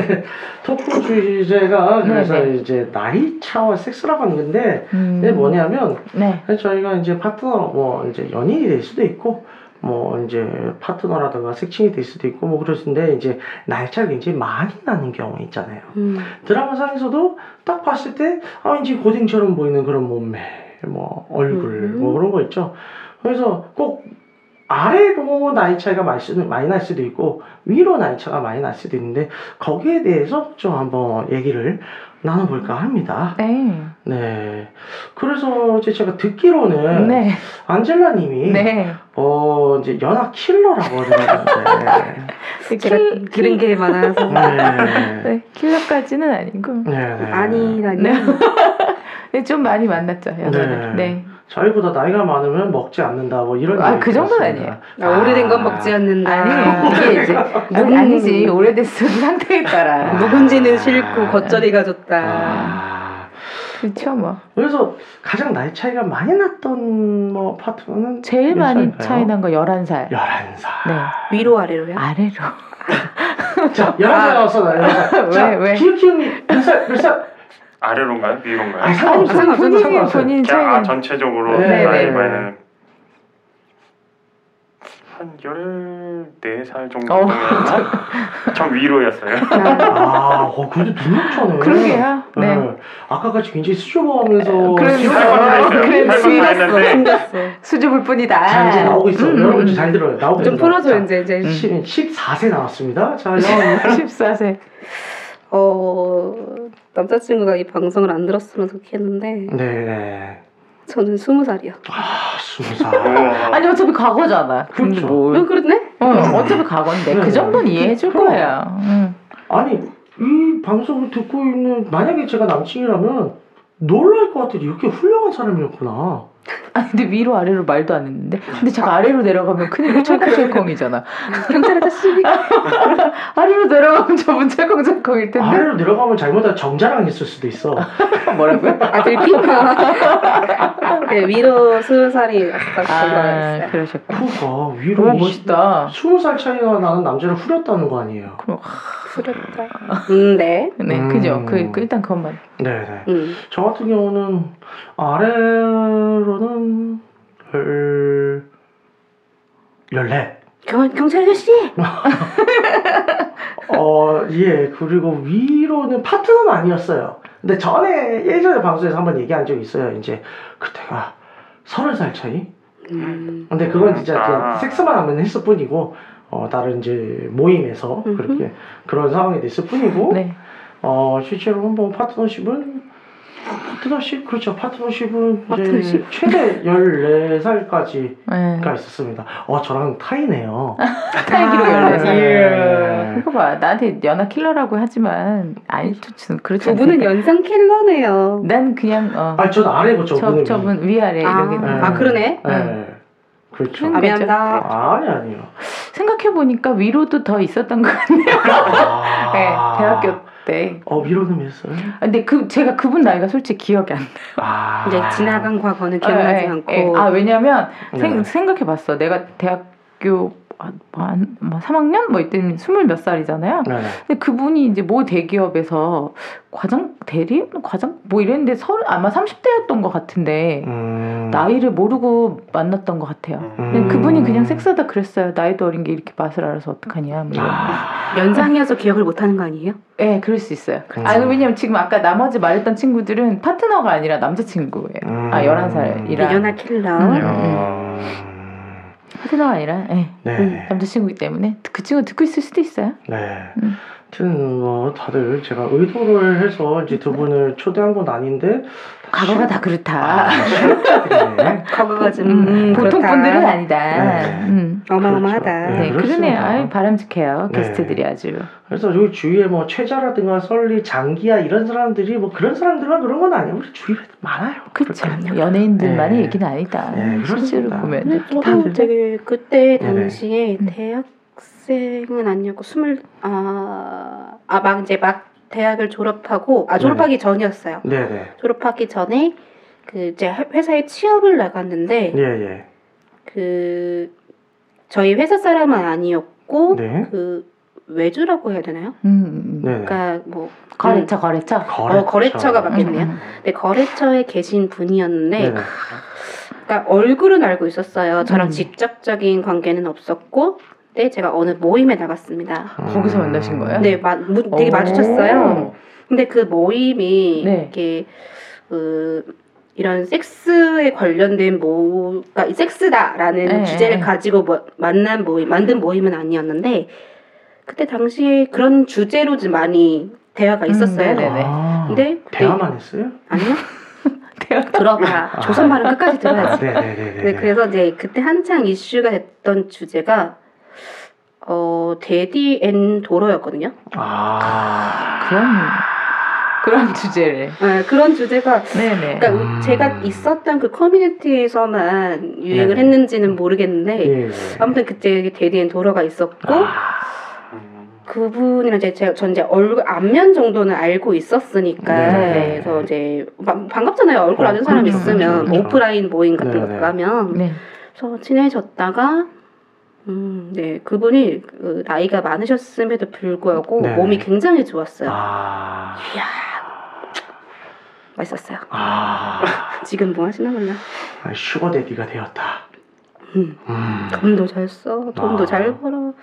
[SPEAKER 4] 토크 주제가 그래서
[SPEAKER 6] 네, 네.
[SPEAKER 4] 이제 나이 차와 섹스라고 하는 건데 이게
[SPEAKER 6] 음.
[SPEAKER 4] 뭐냐면
[SPEAKER 6] 네.
[SPEAKER 4] 저희가 이제 파트너 뭐 이제 연인이 될 수도 있고 뭐 이제 파트너라든가 색친이 될 수도 있고 뭐 그러신데 이제 나이 차가 굉장히 많이 나는 경우 있잖아요.
[SPEAKER 8] 음.
[SPEAKER 4] 드라마상에서도 딱 봤을 때, 아, 왠지 고딩처럼 보이는 그런 몸매, 뭐, 얼굴,
[SPEAKER 8] 음.
[SPEAKER 4] 뭐 그런 거 있죠. 그래서 꼭 아래로 나이 차이가 많이, 수도- 많이 날 수도 있고, 위로 나이 차가 많이 날 수도 있는데, 거기에 대해서 좀 한번 얘기를 나눠볼까 합니다.
[SPEAKER 6] 네.
[SPEAKER 4] 네. 그래서 이제 제가 듣기로는,
[SPEAKER 6] 네.
[SPEAKER 4] 안젤라 님이,
[SPEAKER 6] 네.
[SPEAKER 4] 어, 이제 연하 킬러라고 하더라고요.
[SPEAKER 8] 그 제가
[SPEAKER 6] 킬-
[SPEAKER 8] 들은 게 많아서
[SPEAKER 4] 네. 네.
[SPEAKER 6] 네. 킬러까지는 아니고.
[SPEAKER 4] 네. 네.
[SPEAKER 8] 아니라니.
[SPEAKER 6] 네. 네, 좀 많이 만났죠,
[SPEAKER 4] 네.
[SPEAKER 6] 연애를. 네.
[SPEAKER 4] 저희보다 나이가 많으면 먹지 않는다 뭐 이런
[SPEAKER 6] 아,
[SPEAKER 4] 얘기
[SPEAKER 6] 그 정도는
[SPEAKER 4] 들었습니다.
[SPEAKER 8] 아, 오래된 건 먹지 않는다.
[SPEAKER 6] 아니, 이게 이제, 아니, 아니지. 오래됐어도 상태에 따라.
[SPEAKER 8] 묵은지는 싫고 겉절이가 좋다.
[SPEAKER 4] 아.
[SPEAKER 6] 그렇죠, 뭐.
[SPEAKER 4] 그래서 가장 나이 차이가 많이 났던 뭐 파트너는
[SPEAKER 6] 제일
[SPEAKER 4] 몇
[SPEAKER 6] 많이
[SPEAKER 4] 살일까요?
[SPEAKER 6] 차이 난 거 11살.
[SPEAKER 4] 11살.
[SPEAKER 6] 네.
[SPEAKER 8] 위로 아래로요?
[SPEAKER 6] 아래로.
[SPEAKER 4] 자, 11살 나왔어. 11살. 자,
[SPEAKER 6] 왜, 왜?
[SPEAKER 4] 기억이 형님 몇 살? 몇 살?
[SPEAKER 7] 아래로인가요?
[SPEAKER 4] 아,
[SPEAKER 7] 위로인가요?
[SPEAKER 4] 상관없어요. 본인이-
[SPEAKER 8] 상관없어요,
[SPEAKER 6] 본인,
[SPEAKER 4] 상관없어요.
[SPEAKER 6] 본인
[SPEAKER 7] 그냥
[SPEAKER 6] 차이가.
[SPEAKER 7] 아 전체적으로
[SPEAKER 4] 네,
[SPEAKER 6] 네,
[SPEAKER 7] 나이
[SPEAKER 6] 네.
[SPEAKER 7] 많은 한 14살 정도
[SPEAKER 6] 어우,
[SPEAKER 7] 되나? 저 위로였어요.
[SPEAKER 4] 아, 어, 그래도 눈맞춰네.
[SPEAKER 6] 그러게요. 네.
[SPEAKER 4] 아까까지 굉장히 수줍어하면서
[SPEAKER 6] 그래서-
[SPEAKER 8] 아.
[SPEAKER 7] 할건 다 했어요.
[SPEAKER 6] 그래서
[SPEAKER 7] 할건 다 했는데
[SPEAKER 8] 생겼어.
[SPEAKER 6] 수줍을 뿐이다.
[SPEAKER 4] 잘 이제 나오고 있어요.
[SPEAKER 6] 아. 음,
[SPEAKER 4] 여러분 이제 잘 들어요. 나오고
[SPEAKER 8] 좀
[SPEAKER 4] 있습니다. 자,
[SPEAKER 8] 풀어줘 이제 음. 이제.
[SPEAKER 4] 14세 나왔습니다. 자,
[SPEAKER 6] 음.
[SPEAKER 4] 여러분.
[SPEAKER 6] 14세.
[SPEAKER 8] 어 남자친구가 이 방송을 안 들었으면 좋겠는데
[SPEAKER 4] 네.
[SPEAKER 8] 저는 스무 살이요.
[SPEAKER 6] 어,
[SPEAKER 4] 아, 스무 살.
[SPEAKER 7] 우와.
[SPEAKER 6] 아니, 어차피 과거잖아. 근데
[SPEAKER 4] 그렇죠.
[SPEAKER 6] 뭘.
[SPEAKER 8] 왜 그러네?
[SPEAKER 6] 어, 어차피 과거인데 그 정도는 이해해 줄 거예요. 음. 응.
[SPEAKER 4] 아니, 이 방송을 듣고 있는 만약에 제가 남친이라면 놀랄 것 같아. 이렇게 훌륭한 사람이었구나.
[SPEAKER 6] 아니 근데 위로 아래로 말도 안 했는데 근데 자꾸 아래로 내려가면 큰일 철컹철컹이잖아.
[SPEAKER 8] 경찰 아저씨.
[SPEAKER 6] 아래로 내려가면 저분 철컹철컹일 텐데
[SPEAKER 4] 아래로 내려가면 잘못하다 정자랑 있을 수도 있어.
[SPEAKER 6] 뭐라고요?
[SPEAKER 8] 아들피. 네 위로 스무 살이 왔다
[SPEAKER 6] 아
[SPEAKER 8] 그거였어요.
[SPEAKER 6] 그러셨고.
[SPEAKER 4] 그거 위로
[SPEAKER 6] 너무 멋있다.
[SPEAKER 4] 스무 살 차이가 나는 남자를 후렸다는 거 아니에요.
[SPEAKER 8] 후렸다. 음 네.
[SPEAKER 6] 네
[SPEAKER 4] 음.
[SPEAKER 6] 그죠. 그, 그 일단 그것만.
[SPEAKER 4] 네네.
[SPEAKER 8] 음.
[SPEAKER 4] 저 같은 경우는 아래로는 열... 열네.
[SPEAKER 8] 경, 경찰 아저씨.
[SPEAKER 4] 어, 예. 그리고 위로는 파트너는 아니었어요. 근데 전에 예전에 방송에서 한번 얘기한 적이 있어요. 이제 그때가 서른 살 차이.
[SPEAKER 8] 음.
[SPEAKER 4] 근데 그건 진짜 그냥
[SPEAKER 7] 아.
[SPEAKER 4] 섹스만 하면 했을 뿐이고 어, 다른 이제 모임에서
[SPEAKER 8] 음흠.
[SPEAKER 4] 그렇게 그런 상황이 됐을 뿐이고
[SPEAKER 6] 네.
[SPEAKER 4] 어, 실제로 한번 파트너십은 파트너십 그렇죠. 파트너십은 이제
[SPEAKER 8] 파트너십?
[SPEAKER 4] 최대 14살까지가
[SPEAKER 6] 네.
[SPEAKER 4] 있었습니다. 어, 저랑 타이네요.
[SPEAKER 6] 스타일기로
[SPEAKER 8] 아,
[SPEAKER 6] 열네 살.
[SPEAKER 4] 예.
[SPEAKER 6] 이거 봐 나한테 연하 킬러라고 하지만 아니 저는 그렇지
[SPEAKER 8] 두 분은
[SPEAKER 6] 않으니까.
[SPEAKER 8] 연상 킬러네요.
[SPEAKER 6] 난 그냥 어.
[SPEAKER 4] 아, 전 아래고
[SPEAKER 6] 저,
[SPEAKER 4] 저분은
[SPEAKER 6] 저분 위아래
[SPEAKER 8] 아,
[SPEAKER 6] 이렇게
[SPEAKER 4] 네.
[SPEAKER 8] 아 그러네.
[SPEAKER 4] 네. 그렇죠.
[SPEAKER 8] 아
[SPEAKER 6] 그런 거죠.
[SPEAKER 8] 미안합니다.
[SPEAKER 4] 아니 아니요.
[SPEAKER 6] 생각해보니까 위로도 더 있었던 것 같네요
[SPEAKER 4] 아.
[SPEAKER 6] 네, 대학교 때
[SPEAKER 4] 어 위로는 몇 살?
[SPEAKER 6] 아, 근데 그 제가 그분 나이가 솔직히 기억이 안
[SPEAKER 4] 아.
[SPEAKER 8] 이제 지나간 과거는
[SPEAKER 6] 나요.
[SPEAKER 8] 기억나지
[SPEAKER 6] 예,
[SPEAKER 8] 않고.
[SPEAKER 6] 예. 아 왜냐면 생,
[SPEAKER 4] 네.
[SPEAKER 6] 생각해봤어 내가 대학교 한, 한, 뭐 3학년 뭐 이때는 스물 몇 살이잖아요
[SPEAKER 4] 네.
[SPEAKER 6] 근데 그분이 이제 모 대기업에서 과장 대리 과장 뭐 이랬는데 서른 아마 30대였던 것 같은데
[SPEAKER 4] 음.
[SPEAKER 6] 나이를 모르고 만났던 것 같아요
[SPEAKER 7] 음.
[SPEAKER 6] 근데
[SPEAKER 4] 음.
[SPEAKER 6] 그분이 그냥 섹스하다 그랬어요 나이도 어린 게 이렇게 맛을 알아서 어떡하냐 뭐 이런 거.
[SPEAKER 4] 아.
[SPEAKER 8] 연상이어서 기억을 못하는 거 아니에요?
[SPEAKER 6] 예, 그럴 수 있어요.
[SPEAKER 4] 그쵸.
[SPEAKER 6] 아, 왜냐면 지금 아까 나머지 말했던 친구들은 파트너가 아니라 남자친구예요.
[SPEAKER 4] 음.
[SPEAKER 6] 아, 11살 이라.
[SPEAKER 8] 연하 킬러.
[SPEAKER 6] 음.
[SPEAKER 4] 음.
[SPEAKER 6] 파트너가 아니라, 예.
[SPEAKER 4] 네.
[SPEAKER 8] 음.
[SPEAKER 6] 남자친구이기 때문에 그 친구 듣고 있을 수도 있어요.
[SPEAKER 4] 네.
[SPEAKER 6] 음.
[SPEAKER 4] 하여튼 뭐 다들 제가 의도를 해서 이제 두 분을 초대한 건 아닌데
[SPEAKER 6] 과거가 다 그렇다.
[SPEAKER 4] 아, 실제네.
[SPEAKER 8] 과거가 좀
[SPEAKER 6] 음,
[SPEAKER 8] 음,
[SPEAKER 6] 보통
[SPEAKER 8] 그렇다.
[SPEAKER 6] 분들은 아니다.
[SPEAKER 4] 네.
[SPEAKER 6] 음.
[SPEAKER 8] 어마어마하다.
[SPEAKER 4] 그렇죠.
[SPEAKER 6] 네,
[SPEAKER 4] 네,
[SPEAKER 6] 그러네요.
[SPEAKER 4] 그렇습니다.
[SPEAKER 6] 아유, 바람직해요.
[SPEAKER 4] 네.
[SPEAKER 6] 게스트들이 아주.
[SPEAKER 4] 그래서 여기 주위에 뭐 최자라든가 설리, 장기야 이런 사람들이 뭐 그런 사람들만 그런 건 아니에요. 우리 주위에 많아요.
[SPEAKER 6] 그렇죠.
[SPEAKER 4] 그렇거든요.
[SPEAKER 6] 연예인들만의
[SPEAKER 4] 네.
[SPEAKER 6] 얘기는 아니다.
[SPEAKER 4] 네,
[SPEAKER 6] 실제로
[SPEAKER 4] 그렇습니다.
[SPEAKER 6] 보면.
[SPEAKER 4] 음.
[SPEAKER 8] 근데 저도 되게 그때 당시에
[SPEAKER 6] 네네.
[SPEAKER 8] 대학 학생은 아니었고 스물 아, 아아막 이제 막 대학을 졸업하고
[SPEAKER 4] 네.
[SPEAKER 8] 아 졸업하기 전이었어요.
[SPEAKER 4] 네네.
[SPEAKER 8] 졸업하기 전에 그 이제 회- 회사에 취업을
[SPEAKER 4] 네.
[SPEAKER 8] 나갔는데
[SPEAKER 4] 예예.
[SPEAKER 8] 그 저희 회사 사람은 아니었고
[SPEAKER 4] 네.
[SPEAKER 8] 그 외주라고 해야 되나요?
[SPEAKER 6] 음, 음.
[SPEAKER 4] 네네.
[SPEAKER 8] 그러니까 뭐
[SPEAKER 6] 거래처 거래처.
[SPEAKER 4] 거래처.
[SPEAKER 8] 어, 거래처가 맞겠네요.
[SPEAKER 6] 음,
[SPEAKER 8] 네, 거래처에 계신 분이었는데
[SPEAKER 4] 네네.
[SPEAKER 8] 그러니까 얼굴은 알고 있었어요. 저랑
[SPEAKER 6] 음.
[SPEAKER 8] 직접적인 관계는 없었고 근데 제가 어느 모임에 나갔습니다.
[SPEAKER 4] 음.
[SPEAKER 6] 거기서 만나신 거예요?
[SPEAKER 8] 네, 마, 무, 되게
[SPEAKER 6] 어. 오.
[SPEAKER 8] 마주쳤어요. 근데 그 모임이
[SPEAKER 6] 네.
[SPEAKER 8] 이렇게 그 이런 섹스에 관련된 모, 그러니까 이 섹스다라는
[SPEAKER 6] 네.
[SPEAKER 8] 주제를 가지고 뭐- 만난 모임, 만든 모임은 아니었는데 그때 당시에 그런 주제로 좀 많이 대화가
[SPEAKER 6] 음,
[SPEAKER 8] 있었어요.
[SPEAKER 6] 네네.
[SPEAKER 4] 아,
[SPEAKER 8] 근데 그때-
[SPEAKER 4] 대화만 했어요?
[SPEAKER 8] 아니요?
[SPEAKER 6] 대화. 아,
[SPEAKER 8] 들어봐. 조선 말은 끝까지 들어야지.
[SPEAKER 4] 아, 네네네네.
[SPEAKER 8] 네, 그래서 이제 그때 한창 이슈가 됐던 주제가 어 데디 앤 도로였거든요.
[SPEAKER 4] 아.
[SPEAKER 6] 그런 그런 주제를.
[SPEAKER 8] 네, 그런 주제가
[SPEAKER 6] 네네.
[SPEAKER 8] 그러니까
[SPEAKER 4] 음.
[SPEAKER 8] 제가 있었던 그 커뮤니티에서만 유행을
[SPEAKER 4] 네네.
[SPEAKER 8] 했는지는 모르겠는데
[SPEAKER 4] 예.
[SPEAKER 8] 네. 아무튼 그때 데디 앤 도로가 있었고
[SPEAKER 4] 아,
[SPEAKER 7] 음,
[SPEAKER 8] 그분이랑 이제 제가 전 이제 얼굴 안면 정도는 알고 있었으니까
[SPEAKER 4] 네네.
[SPEAKER 8] 그래서 이제 반- 반갑잖아요 얼굴 아는
[SPEAKER 4] 어,
[SPEAKER 8] 사람
[SPEAKER 4] 그렇죠,
[SPEAKER 8] 있으면
[SPEAKER 4] 그렇죠.
[SPEAKER 8] 오프라인 모임 같은 거
[SPEAKER 4] 네네.
[SPEAKER 8] 가면
[SPEAKER 6] 네.
[SPEAKER 8] 그래서 친해졌다가 음, 네 그분이 그 나이가 많으셨음에도 불구하고
[SPEAKER 4] 네네.
[SPEAKER 8] 몸이 굉장히 좋았어요.
[SPEAKER 4] 아.
[SPEAKER 8] 맛있었어요.
[SPEAKER 4] 아.
[SPEAKER 8] 지금 뭐 하시나 몰라.
[SPEAKER 4] 슈거 데디가 되었다.
[SPEAKER 8] 음.
[SPEAKER 4] 음.
[SPEAKER 8] 돈도 잘 써, 돈도
[SPEAKER 4] 아.
[SPEAKER 8] 잘 벌어.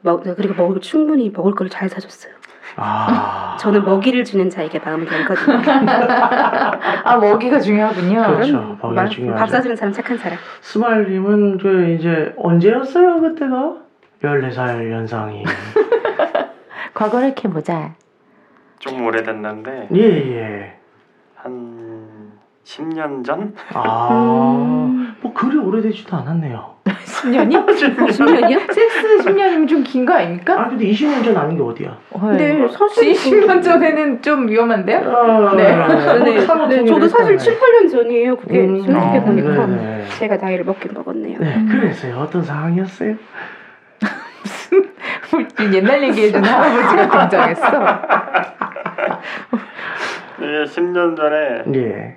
[SPEAKER 8] 먹, 네, 그리고 먹을 충분히 먹을 걸 잘 사줬어요.
[SPEAKER 4] 아.
[SPEAKER 8] 저는 먹이를 주는 자에게 마음을 열거든요.
[SPEAKER 6] 아 먹이가 중요하군요.
[SPEAKER 4] 그렇죠.
[SPEAKER 8] 그럼
[SPEAKER 4] 먹이가
[SPEAKER 8] 마-
[SPEAKER 4] 중요하죠.
[SPEAKER 8] 밥 사주는 사람 착한 사람.
[SPEAKER 4] 스마일님은 그 이제 언제였어요 그때가? 14살 연상이
[SPEAKER 6] 과거를 캐 보자.
[SPEAKER 7] 좀 오래됐는데
[SPEAKER 4] 예예
[SPEAKER 7] 한 10년 전?
[SPEAKER 4] 아뭐
[SPEAKER 8] 음.
[SPEAKER 4] 그리 오래되지도 않았네요
[SPEAKER 6] 10년이?
[SPEAKER 8] 아, 10년이요?
[SPEAKER 6] 섹스 10년이면 좀 긴 거 아닙니까?
[SPEAKER 4] 아 근데 20년 전 아닌 게 어디야
[SPEAKER 8] 근데 네. 사실
[SPEAKER 6] 20년 전에는 좀 위험한데요?
[SPEAKER 4] 아,
[SPEAKER 6] 네.
[SPEAKER 8] 네, 네, 저도 사실 7, 8년 전이에요. 그게
[SPEAKER 4] 음,
[SPEAKER 8] 생각해 보니까
[SPEAKER 4] 아, 네네.
[SPEAKER 8] 제가 음. 나이를 먹긴 먹었네요.
[SPEAKER 4] 네 그랬어요 어떤 상황이었어요?
[SPEAKER 6] 옛날 얘기해준 할아버지가 등장했어.
[SPEAKER 7] 예, 10년 전에
[SPEAKER 4] 예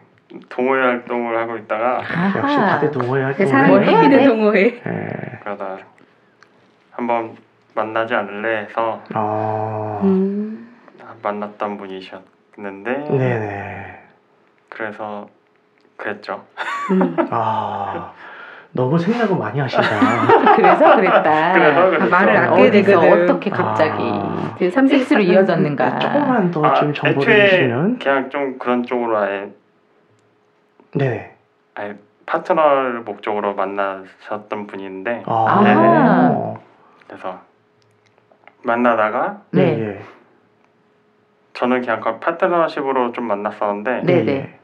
[SPEAKER 7] 동호회 활동을 하고 있다가
[SPEAKER 4] 역시 다들 동호회
[SPEAKER 8] 그
[SPEAKER 4] 활동을
[SPEAKER 8] 사람이
[SPEAKER 6] 해야
[SPEAKER 8] 끼는
[SPEAKER 6] 돼?
[SPEAKER 8] 동호회.
[SPEAKER 4] 예.
[SPEAKER 7] 그러다 한번 만나지 않을래 해서
[SPEAKER 4] 어
[SPEAKER 8] 음.
[SPEAKER 7] 만났던 분이셨는데
[SPEAKER 4] 네네
[SPEAKER 7] 그래서 그랬죠.
[SPEAKER 8] 음.
[SPEAKER 4] 아 너무 생각을 많이 하시다
[SPEAKER 6] 그래서 그랬다.
[SPEAKER 7] 그래서 그랬죠.
[SPEAKER 8] 말을 아껴야
[SPEAKER 6] 어디서
[SPEAKER 8] 되거든.
[SPEAKER 6] 어떻게 갑자기 그
[SPEAKER 4] 아.
[SPEAKER 8] 지금
[SPEAKER 6] 섹스로 이어졌는가?
[SPEAKER 4] 조금만 더
[SPEAKER 7] 아,
[SPEAKER 4] 좀 정보를
[SPEAKER 7] 애초에
[SPEAKER 4] 주시면
[SPEAKER 7] 그냥 좀 그런 쪽으로 아예
[SPEAKER 4] 네네
[SPEAKER 7] 아예 파트너를 목적으로 만나셨던 분인데
[SPEAKER 4] 아,
[SPEAKER 7] 네네.
[SPEAKER 6] 아.
[SPEAKER 7] 그래서 만나다가
[SPEAKER 4] 네.
[SPEAKER 6] 네.
[SPEAKER 4] 예.
[SPEAKER 7] 저는 그냥 그 파트너십으로 좀 만났었는데
[SPEAKER 6] 네.
[SPEAKER 4] 예.
[SPEAKER 6] 네네.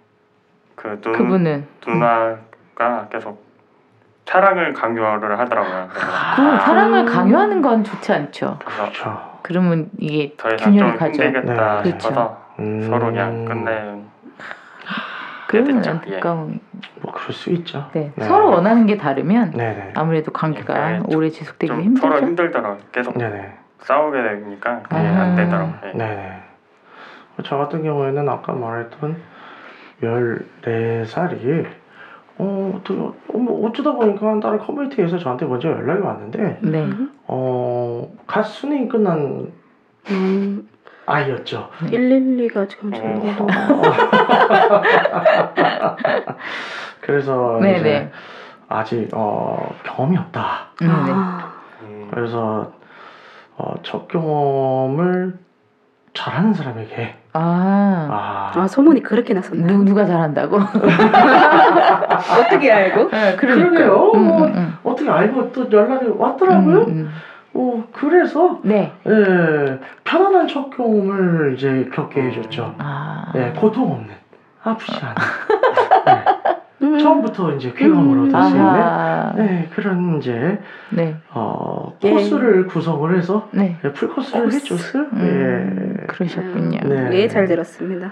[SPEAKER 7] 그 누,
[SPEAKER 6] 그분은 어.
[SPEAKER 7] 누나가 계속 사랑을 강요를 하더라고요. 그래서,
[SPEAKER 6] 그 사랑을
[SPEAKER 8] 음.
[SPEAKER 6] 강요하는 건 좋지 않죠.
[SPEAKER 7] 그래서
[SPEAKER 4] 그렇죠.
[SPEAKER 6] 그러면 이게
[SPEAKER 7] 더 이상
[SPEAKER 6] 균열이
[SPEAKER 7] 좀
[SPEAKER 6] 가죠. 그렇죠.
[SPEAKER 7] 힘들겠다
[SPEAKER 4] 네.
[SPEAKER 7] 싶어서
[SPEAKER 4] 음.
[SPEAKER 7] 서로 그냥 끝내
[SPEAKER 6] 그러면
[SPEAKER 7] 됐죠.
[SPEAKER 6] 안타까운.
[SPEAKER 4] 뭐 그럴 수 있죠.
[SPEAKER 6] 네. 서로 원하는 게 다르면
[SPEAKER 4] 네네.
[SPEAKER 6] 아무래도 관계가
[SPEAKER 7] 그러니까 좀-
[SPEAKER 6] 오래 지속되기
[SPEAKER 7] 좀 서로
[SPEAKER 6] 힘들죠.
[SPEAKER 7] 힘들더라고요. 계속
[SPEAKER 4] 네네.
[SPEAKER 7] 싸우게 되니까 그게
[SPEAKER 6] 아.
[SPEAKER 7] 안 되더라고요. 네.
[SPEAKER 4] 네네. 저 같은 경우에는 아까 말했던 14살이 어, 어떻게, 어, 뭐 어쩌다 보니까 다른 커뮤니티에서 저한테 먼저 연락이 왔는데
[SPEAKER 6] 네.
[SPEAKER 4] 어, 갓 수능이 끝난
[SPEAKER 8] 음,
[SPEAKER 4] 아이였죠.
[SPEAKER 8] 112가 지금 저희도
[SPEAKER 4] 그래서
[SPEAKER 6] 네네.
[SPEAKER 4] 이제 아직 어, 경험이 없다.
[SPEAKER 6] 네네.
[SPEAKER 8] 아,
[SPEAKER 7] 음,
[SPEAKER 4] 그래서 어, 첫 경험을 잘하는 사람에게
[SPEAKER 6] 아.
[SPEAKER 4] 아,
[SPEAKER 8] 아 소문이 그렇게 났었나?
[SPEAKER 6] 누, 누가 잘한다고?
[SPEAKER 8] 어떻게 알고?
[SPEAKER 6] 네,
[SPEAKER 4] 그러게요.
[SPEAKER 6] 음,
[SPEAKER 4] 뭐,
[SPEAKER 6] 음, 음.
[SPEAKER 4] 어떻게 알고 또 연락이 왔더라고요.
[SPEAKER 6] 음, 음.
[SPEAKER 4] 어, 그래서
[SPEAKER 6] 네.
[SPEAKER 4] 예, 편안한 첫 경험을 이제 겪게 해줬죠.
[SPEAKER 6] 아.
[SPEAKER 4] 예, 고통 없는 아프지 않은
[SPEAKER 8] 음.
[SPEAKER 4] 예, 처음부터 이제 귀감을
[SPEAKER 8] 음.
[SPEAKER 4] 얻을 수 있는
[SPEAKER 6] 아하.
[SPEAKER 4] 네, 그런 이제
[SPEAKER 6] 네.
[SPEAKER 4] 어,
[SPEAKER 8] 예.
[SPEAKER 4] 코스를 구성을 해서
[SPEAKER 6] 네.
[SPEAKER 4] 예, 풀 코스를
[SPEAKER 8] 코스.
[SPEAKER 4] 해줬어요.
[SPEAKER 6] 음,
[SPEAKER 4] 예.
[SPEAKER 6] 그러셨군요.
[SPEAKER 4] 네.
[SPEAKER 8] 예잘 들었습니다.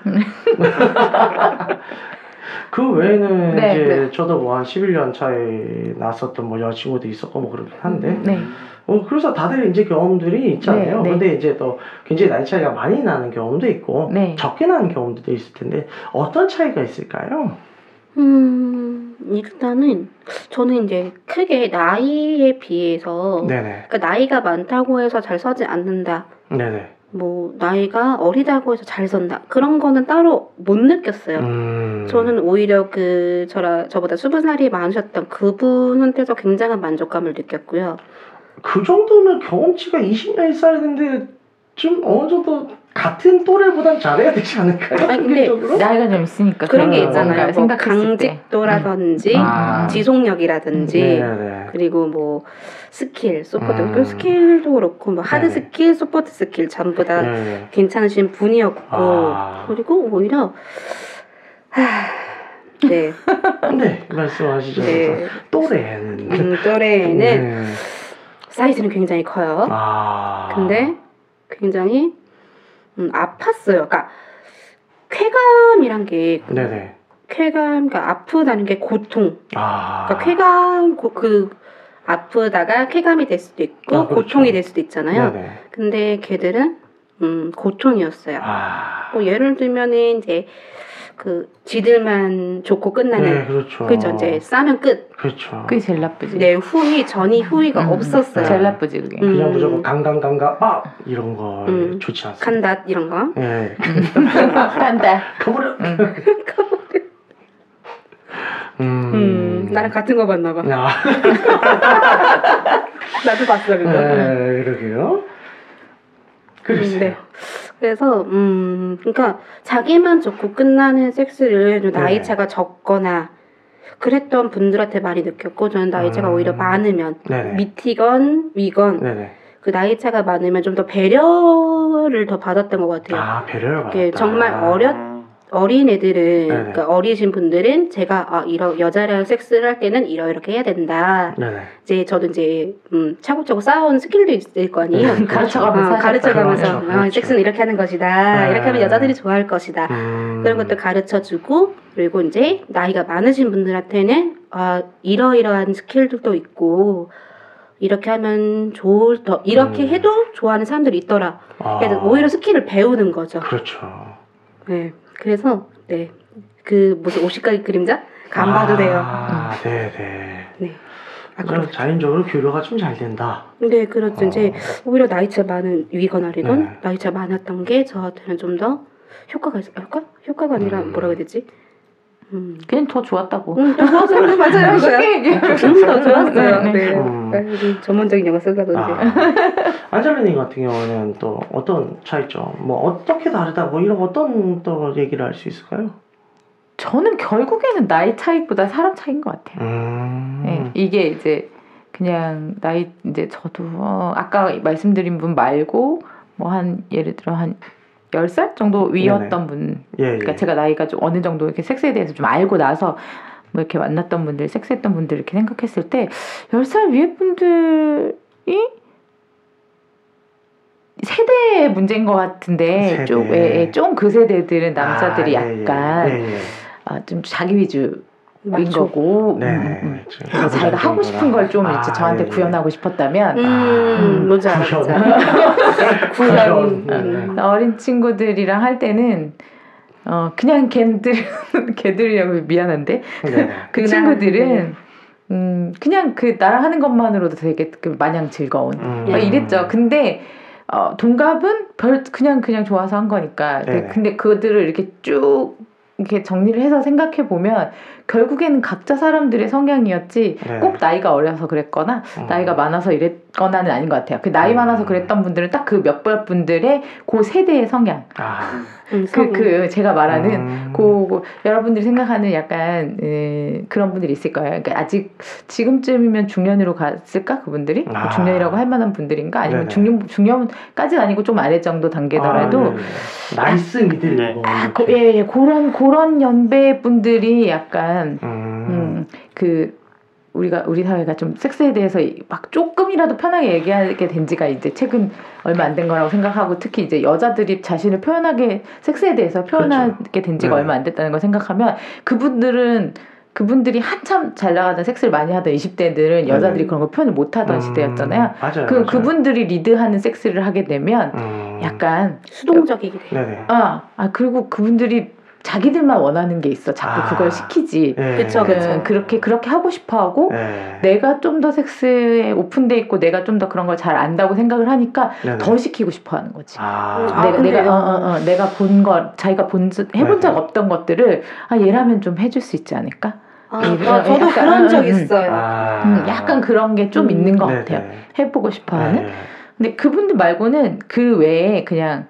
[SPEAKER 4] 그 외에는
[SPEAKER 6] 네,
[SPEAKER 4] 이제
[SPEAKER 6] 네.
[SPEAKER 8] 음,
[SPEAKER 4] 저도 뭐 한 11년 차에 났었던 뭐 여자친구도 있었고 뭐 그렇긴 한데
[SPEAKER 7] 음,
[SPEAKER 6] 네.
[SPEAKER 4] 어, 그래서 다들 이제 경험들이 있잖아요.
[SPEAKER 6] 네, 네.
[SPEAKER 4] 근데 이제 또 굉장히 나이 차이가 많이 나는 경험도 있고
[SPEAKER 6] 네.
[SPEAKER 4] 적게 나는 경험도 있을 텐데 어떤 차이가 있을까요?
[SPEAKER 8] 음, 일단은 저는 이제 크게 나이에 비해서
[SPEAKER 4] 네네.
[SPEAKER 8] 그러니까 나이가 많다고 해서 잘 서지 않는다.
[SPEAKER 4] 네네.
[SPEAKER 8] 뭐 나이가 어리다고 해서 잘 선다. 그런 거는 따로 못 느꼈어요.
[SPEAKER 4] 음.
[SPEAKER 8] 저는 오히려 그 저라 저보다 스무 살이 많으셨던 그분한테서 굉장한 만족감을 느꼈고요.
[SPEAKER 4] 그 정도면 경험치가 20년 있어야되는데 좀 어느 정도 같은 또래보단 잘해야 되지 않을까요?
[SPEAKER 8] 아니, 근데
[SPEAKER 4] 평균적으로?
[SPEAKER 6] 나이가 좀 있으니까
[SPEAKER 8] 그런 게
[SPEAKER 4] 음,
[SPEAKER 8] 있잖아요.
[SPEAKER 6] 그러니까 뭔가
[SPEAKER 8] 뭐
[SPEAKER 6] 생각했을 때. 음.
[SPEAKER 8] 강직도라든지
[SPEAKER 4] 아.
[SPEAKER 8] 지속력이라든지
[SPEAKER 4] 네네.
[SPEAKER 8] 그리고 뭐 스킬, 소프트
[SPEAKER 4] 음.
[SPEAKER 8] 그 스킬도 그렇고 뭐 하드
[SPEAKER 4] 네.
[SPEAKER 8] 스킬, 소프트 스킬 전부 다
[SPEAKER 4] 네네.
[SPEAKER 8] 괜찮으신 분이었고
[SPEAKER 4] 아.
[SPEAKER 8] 그리고 오히려 하... 네,
[SPEAKER 4] 네 말씀하시죠.
[SPEAKER 8] 네,
[SPEAKER 4] 또래는.
[SPEAKER 8] 음, 또래는
[SPEAKER 4] 네.
[SPEAKER 8] 사이즈는 굉장히 커요.
[SPEAKER 4] 아.
[SPEAKER 8] 근데 굉장히 음, 아팠어요. 그러니까 쾌감이란 게
[SPEAKER 4] 네네.
[SPEAKER 8] 쾌감, 그러니까 아프다는 게 고통.
[SPEAKER 4] 아.
[SPEAKER 8] 그러니까 쾌감 고- 그 아프다가 쾌감이 될 수도 있고
[SPEAKER 4] 아, 그렇죠.
[SPEAKER 8] 고통이 될 수도 있잖아요.
[SPEAKER 4] 네네.
[SPEAKER 8] 근데 걔들은 음, 고통이었어요.
[SPEAKER 4] 아.
[SPEAKER 8] 뭐 예를 들면은 이제 그 지들만 좋고
[SPEAKER 4] 네
[SPEAKER 8] 끝나는
[SPEAKER 4] 그렇죠.
[SPEAKER 8] 그죠 이제 싸면 끝.
[SPEAKER 4] 그렇죠.
[SPEAKER 6] 그게 제일 나쁘지.
[SPEAKER 8] 내 후위 전이 후위가
[SPEAKER 6] 음,
[SPEAKER 8] 네, 없었어요.
[SPEAKER 4] 네.
[SPEAKER 6] 제일 나쁘지 그게.
[SPEAKER 8] 음.
[SPEAKER 4] 그냥 무조건 강강강강 아 이런 거
[SPEAKER 8] 음.
[SPEAKER 4] 좋지 않습니다.
[SPEAKER 8] 간다 이런 거.
[SPEAKER 4] 예.
[SPEAKER 6] 간다.
[SPEAKER 4] 가버려.
[SPEAKER 6] 음.
[SPEAKER 4] 음.
[SPEAKER 8] 음, 나랑 같은 거 봤나 봐.
[SPEAKER 4] 아,
[SPEAKER 8] 나도 봤어 그거.
[SPEAKER 4] 예, 그러게요.
[SPEAKER 8] 음, 네.
[SPEAKER 4] 글쎄요.
[SPEAKER 8] 그래서 음 그러니까 자기만 좋고 끝나는 섹스를 좀 나이
[SPEAKER 4] 네.
[SPEAKER 8] 차가 적거나 그랬던 분들한테 많이 느꼈고 저는 나이 차가
[SPEAKER 4] 음.
[SPEAKER 8] 오히려 많으면
[SPEAKER 4] 네네.
[SPEAKER 8] 밑이건 위건
[SPEAKER 4] 네네.
[SPEAKER 8] 그 나이 차가 많으면 좀 더 배려를 더 받았던 것 같아요.
[SPEAKER 4] 아 배려를 받았다.
[SPEAKER 8] 이게 정말 어려-
[SPEAKER 7] 음,
[SPEAKER 8] 어린 애들은
[SPEAKER 4] 네네.
[SPEAKER 8] 그러니까 어리신 분들은 제가 아 이러 여자랑 섹스를 할 때는 이러 이렇게 해야 된다.
[SPEAKER 4] 네네.
[SPEAKER 8] 이제 저도 이제 음 차곡차곡 쌓아온 스킬도 있을 거 아니에요.
[SPEAKER 4] 네.
[SPEAKER 6] 가르쳐가면서
[SPEAKER 8] 어, 가르쳐가면서
[SPEAKER 4] 그렇죠, 그렇죠.
[SPEAKER 8] 아, 섹스는 이렇게 하는 것이다.
[SPEAKER 4] 네.
[SPEAKER 8] 이렇게 하면 여자들이 좋아할 것이다.
[SPEAKER 4] 음.
[SPEAKER 8] 그런 것도 가르쳐주고 그리고 이제 나이가 많으신 분들한테는 아 이러이러한 스킬들도 있고 이렇게 하면 좋을 더 이렇게
[SPEAKER 4] 음.
[SPEAKER 8] 해도 좋아하는 사람들이 있더라.
[SPEAKER 4] 아,
[SPEAKER 8] 그래서 그러니까 오히려 스킬을 배우는 거죠.
[SPEAKER 4] 그렇죠.
[SPEAKER 8] 네. 그래서 네 그 무슨 50가지 그림자 안 봐도 돼요.
[SPEAKER 4] 아, 네네.
[SPEAKER 6] 그렇죠.
[SPEAKER 8] 아,
[SPEAKER 4] 그럼
[SPEAKER 8] 그럼
[SPEAKER 4] 자연적으로 교류가 좀 잘 된다.
[SPEAKER 8] 네 그렇죠. 이제 오히려 나이차 많은 위건 아리건
[SPEAKER 4] 어. 네.
[SPEAKER 8] 나이차 많았던 게 저한테는 좀 더 효과가 있어 효과 효과가 아니라
[SPEAKER 4] 음.
[SPEAKER 8] 뭐라 해야 되지? 음.
[SPEAKER 6] 그냥 더 좋았다고.
[SPEAKER 8] 음, 더 좋았어요. 맞아요.
[SPEAKER 4] 네.
[SPEAKER 8] 음,
[SPEAKER 6] 쉽게 음, 얘기해.
[SPEAKER 8] 좀더 좋았어요. 네.
[SPEAKER 4] 음.
[SPEAKER 8] 아, 우리 전문적인 영어 쓰다든지.
[SPEAKER 6] 그렇죠.
[SPEAKER 4] 아, 안젤리님 같은 경우는 또 어떤 차이점, 뭐 어떻게 다르다, 뭐 이런 어떤 또 얘기를 할 수 있을까요?
[SPEAKER 6] 저는 결국에는 나이 차이보다 사람 차이인 것 같아요.
[SPEAKER 4] 음,
[SPEAKER 6] 네, 이게 이제 그냥 나이 이제 저도 어, 아까 말씀드린 분 말고 뭐 한 예를 들어 한 10살 정도 위였던 분
[SPEAKER 4] 예, 예.
[SPEAKER 6] 그러니까 제가 나이가 좀 어느 정도 이렇게 섹스에 대해서 좀 알고 나서 뭐 이렇게 만났던 분들 섹스했던 분들 이렇게 생각했을 때 10살 위에 분들이 세대의 문제인 것
[SPEAKER 4] 세대.
[SPEAKER 6] 같은데 좀좀그 세대들은 남자들이
[SPEAKER 4] 아, 예, 예.
[SPEAKER 6] 약간
[SPEAKER 4] 예, 예.
[SPEAKER 6] 아, 좀 자기 위주인
[SPEAKER 8] 맞죠.
[SPEAKER 6] 거고
[SPEAKER 4] 네,
[SPEAKER 6] 음, 음, 음.
[SPEAKER 4] 지금
[SPEAKER 6] 자기가 하고 싶은 걸 좀 이제 저한테
[SPEAKER 4] 예, 예.
[SPEAKER 6] 구현하고 싶었다면
[SPEAKER 8] 음, 뭔지
[SPEAKER 4] 구현.
[SPEAKER 8] 알았죠. 구현.
[SPEAKER 4] 구현. 아, 네.
[SPEAKER 8] 음.
[SPEAKER 6] 어린 친구들이랑 할 때는 어 그냥 걔들 걔들이라고 미안한데
[SPEAKER 4] 네.
[SPEAKER 6] 그
[SPEAKER 8] 그냥,
[SPEAKER 6] 친구들은 음 그냥 그 나랑 하는 것만으로도 되게 그 마냥 즐거운
[SPEAKER 4] 음.
[SPEAKER 6] 막 아, 이랬죠. 그 근데 어, 동갑은 별 그냥 그냥 좋아서 한 거니까. 근데-
[SPEAKER 4] 네네.
[SPEAKER 6] 근데 그들을 이렇게 쭉 이렇게 정리를 해서 생각해 보면 결국에는 각자 사람들의 성향이었지
[SPEAKER 4] 네.
[SPEAKER 6] 꼭 나이가 어려서 그랬거나
[SPEAKER 4] 음.
[SPEAKER 6] 나이가 많아서 이랬거나는 아닌 것 같아요. 그 나이
[SPEAKER 4] 음.
[SPEAKER 6] 많아서 그랬던 분들은 딱 그 몇몇 분들의 그 세대의 성향,
[SPEAKER 4] 아,
[SPEAKER 8] 음,
[SPEAKER 6] 그, 그 제가 말하는
[SPEAKER 4] 음.
[SPEAKER 6] 그, 그 여러분들이 생각하는 약간 에, 그런 분들이 있을 거예요. 그러니까 아직 지금쯤이면 중년으로 갔을까 그분들이 뭐
[SPEAKER 4] 아.
[SPEAKER 6] 중년이라고 할 만한 분들인가 아니면
[SPEAKER 4] 네네.
[SPEAKER 6] 중년 중년까지는 아니고 좀 아래 정도 단계더라도
[SPEAKER 4] 아, 네, 네. 나이스 미들
[SPEAKER 7] 네.
[SPEAKER 4] 뭐
[SPEAKER 6] 아, 그,
[SPEAKER 4] 이렇게.
[SPEAKER 6] 예, 예, 그런, 그런 연배 분들이 약간,
[SPEAKER 4] 음.
[SPEAKER 6] 음, 그, 우리가, 우리 사회가 좀 섹스에 대해서 이- 막 조금이라도 편하게 얘기하게 된 지가 이제 최근 얼마 안 된 거라고 생각하고 특히 이제 여자들이 자신을 표현하게, 섹스에 대해서 표현하게 된 지가
[SPEAKER 4] 네.
[SPEAKER 6] 얼마 안 됐다는 걸 생각하면 그분들은 그분들이 한참 잘 나가던 섹스를 많이 하던 20대들은 여자들이
[SPEAKER 4] 네네.
[SPEAKER 6] 그런 걸 표현을 못 하던 시대였잖아요.
[SPEAKER 4] 음, 맞아요.
[SPEAKER 6] 그
[SPEAKER 4] 맞아요.
[SPEAKER 6] 그분들이 리드하는 섹스를 하게 되면
[SPEAKER 4] 음,
[SPEAKER 6] 약간
[SPEAKER 8] 수동적이게 돼.
[SPEAKER 4] 네네.
[SPEAKER 6] 아, 아 그리고 그분들이 자기들만 원하는 게 있어. 자꾸
[SPEAKER 4] 아.
[SPEAKER 6] 그걸 시키지.
[SPEAKER 4] 네.
[SPEAKER 8] 그쵸, 그쵸.
[SPEAKER 6] 그, 그렇게 그렇게 하고 싶어 하고
[SPEAKER 4] 네.
[SPEAKER 6] 내가 좀 더 섹스에 오픈돼 있고 내가 좀 더 그런 걸 잘 안다고 생각을 하니까
[SPEAKER 4] 네네.
[SPEAKER 6] 더 시키고 싶어 하는 거지.
[SPEAKER 4] 아,
[SPEAKER 8] 아,
[SPEAKER 6] 내가
[SPEAKER 8] 그래요?
[SPEAKER 6] 내가 어, 어, 어, 내가 본 것, 자기가 본 적-
[SPEAKER 4] 네네.
[SPEAKER 6] 해본 적 없던 것들을 아 얘라면 좀 해줄 수 있지 않을까?
[SPEAKER 8] 아,
[SPEAKER 6] 음,
[SPEAKER 8] 나- 저도
[SPEAKER 6] 약간,
[SPEAKER 8] 그런 적
[SPEAKER 6] 음, 음.
[SPEAKER 8] 있어요.
[SPEAKER 4] 아.
[SPEAKER 6] 음, 약간 그런 게 좀
[SPEAKER 8] 음.
[SPEAKER 6] 있는 것
[SPEAKER 4] 네네. 예,
[SPEAKER 6] 같아요. 해보고 싶어하는.
[SPEAKER 4] 네.
[SPEAKER 6] 근데 그분들 말고는 그 외에 그냥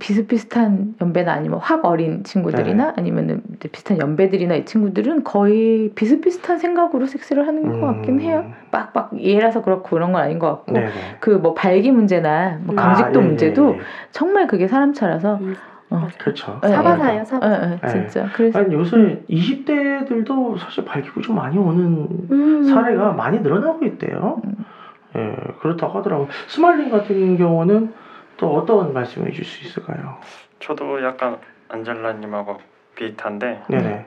[SPEAKER 6] 비슷비슷한 연배나 아니면 확 어린
[SPEAKER 4] 네.
[SPEAKER 6] 친구들이나 아니면은 이제 비슷한 연배들이나 이 친구들은 거의 비슷비슷한 생각으로 섹스를 하는 것 같긴
[SPEAKER 4] 음,
[SPEAKER 6] 해요. 빡빡 얘라서 그렇고 그런 건 아닌 것 같고
[SPEAKER 4] 네네.
[SPEAKER 6] 그 뭐 발기 문제나 뭐
[SPEAKER 8] 음.
[SPEAKER 6] 강직도
[SPEAKER 4] 아, 예, 예,
[SPEAKER 6] 문제도
[SPEAKER 4] 예.
[SPEAKER 6] 정말 그게 사람 차라서
[SPEAKER 8] 음.
[SPEAKER 6] 어.
[SPEAKER 4] 그렇죠.
[SPEAKER 6] 네.
[SPEAKER 8] 사바사예요, 사바.
[SPEAKER 6] 어, 어,
[SPEAKER 4] 예.
[SPEAKER 6] 진짜 그래서 음.
[SPEAKER 4] 아니 요새 20대들도 사실 밝히고 좀 많이 오는
[SPEAKER 8] 음.
[SPEAKER 4] 사례가 많이 늘어나고 있대요.
[SPEAKER 6] 음.
[SPEAKER 4] 예, 그렇다고 하더라고요. 스말링 같은 경우는 또 어떤 말씀해 주실 수 있을까요?
[SPEAKER 7] 저도 약간 안젤라님하고 비슷한데
[SPEAKER 4] 네네.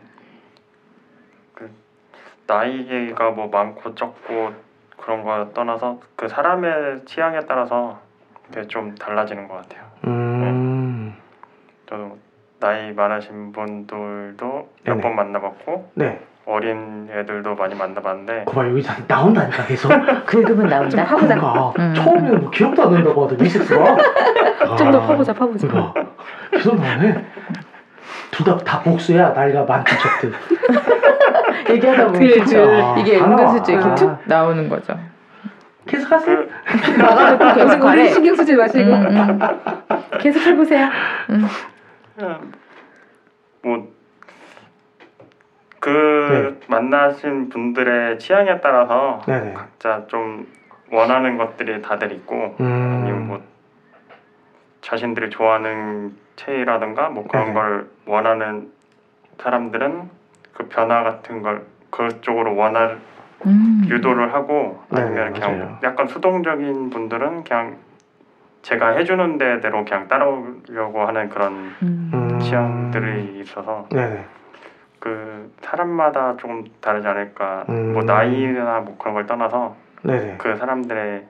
[SPEAKER 7] 나이가 뭐 많고 적고 그런 거 떠나서 그 사람의 취향에 따라서 그게 좀 달라지는 것 같아요.
[SPEAKER 4] 음,
[SPEAKER 7] 저도 나이 많으신 분들도 몇
[SPEAKER 4] 네네.
[SPEAKER 7] 번 만나봤고
[SPEAKER 4] 네.
[SPEAKER 7] 어린 애들도 많이 만나봤는데
[SPEAKER 4] 그봐 여기 다 나온다니까 계속.
[SPEAKER 6] 긁으면
[SPEAKER 8] 좀
[SPEAKER 6] 나온다.
[SPEAKER 8] 파보자.
[SPEAKER 4] 그러니까
[SPEAKER 6] 음.
[SPEAKER 4] 처음에는 뭐 기억도 안 난다고 하더니 섹스가.
[SPEAKER 8] 좀 더
[SPEAKER 4] 아,
[SPEAKER 8] 파보자, 음. 파보자.
[SPEAKER 4] 그러니까 계속 나오네. 둘다다 복수야 나이가 많든 적든.
[SPEAKER 6] 얘기하다 보면
[SPEAKER 8] 들,
[SPEAKER 6] 그쵸?
[SPEAKER 4] 들.
[SPEAKER 6] 이게
[SPEAKER 4] 아,
[SPEAKER 6] 은근슬쩍 이렇게
[SPEAKER 4] 아.
[SPEAKER 6] 툭 나오는 거죠.
[SPEAKER 4] 계속 하세요.
[SPEAKER 7] 그
[SPEAKER 8] 무슨
[SPEAKER 6] 계속
[SPEAKER 8] 우리
[SPEAKER 6] 말해.
[SPEAKER 8] 신경 쓰지 마시고.
[SPEAKER 6] 음, 음. 계속 해보세요.
[SPEAKER 7] 뭐, 그
[SPEAKER 4] 네.
[SPEAKER 7] 만나신 분들의 취향에 따라서
[SPEAKER 4] 네네.
[SPEAKER 7] 각자 좀 원하는 것들이 다들 있고 아니면
[SPEAKER 4] 음.
[SPEAKER 7] 뭐 자신들이 좋아하는 체위라든가 뭐 그런
[SPEAKER 4] 네네.
[SPEAKER 7] 걸 원하는 사람들은 그 변화 같은 걸 그쪽으로 원할
[SPEAKER 6] 음.
[SPEAKER 7] 유도를 하고
[SPEAKER 4] 네네,
[SPEAKER 7] 아니면 그냥
[SPEAKER 4] 맞아요.
[SPEAKER 7] 약간 수동적인 분들은 그냥 제가 해주는 데대로 그냥 따라오려고 하는 그런
[SPEAKER 6] 음.
[SPEAKER 4] 음.
[SPEAKER 7] 취향들이 있어서
[SPEAKER 4] 네네.
[SPEAKER 7] 그 사람마다 조금 다르지 않을까.
[SPEAKER 4] 음.
[SPEAKER 7] 뭐 나이나 뭐 그런 걸 떠나서
[SPEAKER 4] 네네.
[SPEAKER 7] 그 사람들의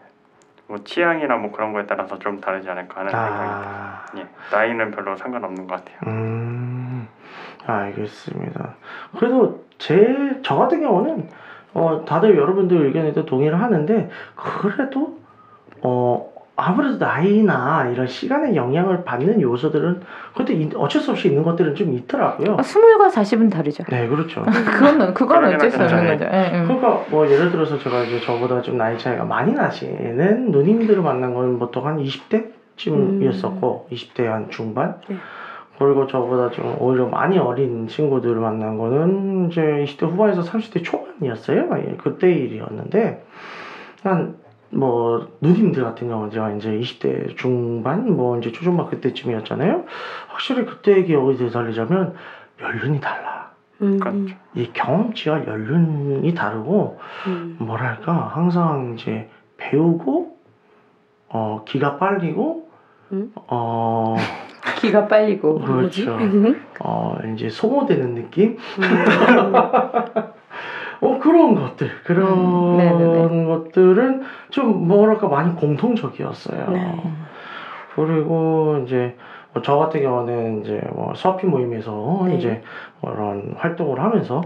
[SPEAKER 7] 뭐 취향이나 뭐 그런 거에 따라서 좀 다르지 않을까 하는 생각이
[SPEAKER 4] 아,
[SPEAKER 7] 듭니다. 예. 나이는 별로 상관없는 것 같아요.
[SPEAKER 4] 음, 알겠습니다. 그래도 제 저 같은 경우는 어 다들 여러분들 의견에도 동의를 하는데 그래도 어 아무래도 나이나 이런 시간의 영향을 받는 요소들은 그것도 인- 어쩔 수 없이 있는 것들은 좀 있더라고요.
[SPEAKER 6] 아, 스물과 사십은 다르죠.
[SPEAKER 4] 네, 그렇죠.
[SPEAKER 6] 그건 그건
[SPEAKER 7] 그러긴
[SPEAKER 6] 어쩔 수 없는
[SPEAKER 7] 하겠네.
[SPEAKER 6] 거죠. 예, 음.
[SPEAKER 4] 그러니까 뭐 예를 들어서 제가 이제 저보다 좀 나이 차이가 많이 나시는 누님들을 만난 건 보통 한 20대쯤이었었고 20대 한 중반
[SPEAKER 8] 네.
[SPEAKER 4] 그리고 저보다 좀 오히려 많이 어린 친구들을 만난 거는 이제 20대 후반에서 30대 초반이었어요 예, 그때 일이었는데 한 뭐 누님들 같은 경우는 제가 이제 20대 중반 뭐 이제 초중반 그때쯤이었잖아요 확실히 그때의 기억이 되살리자면 연륜이 달라
[SPEAKER 8] 음.
[SPEAKER 7] 그렇죠.
[SPEAKER 4] 이 경험치와 연륜이 다르고
[SPEAKER 8] 음.
[SPEAKER 4] 뭐랄까 항상 이제 배우고 어 기가 빨리고
[SPEAKER 8] 음?
[SPEAKER 4] 어
[SPEAKER 6] 기가 빨리고
[SPEAKER 8] 뭐지?
[SPEAKER 4] 그렇죠
[SPEAKER 8] 음.
[SPEAKER 4] 어 이제 소모되는 느낌
[SPEAKER 8] 음.
[SPEAKER 4] 어 그런 것들 그런
[SPEAKER 6] 음, 네네네.
[SPEAKER 4] 것들은 좀 뭐랄까 많이 공통적이었어요
[SPEAKER 8] 네.
[SPEAKER 4] 그리고 이제 뭐저 같은 경우는 이제 뭐 서핑 모임에서
[SPEAKER 8] 네.
[SPEAKER 4] 이제 그런 활동을 하면서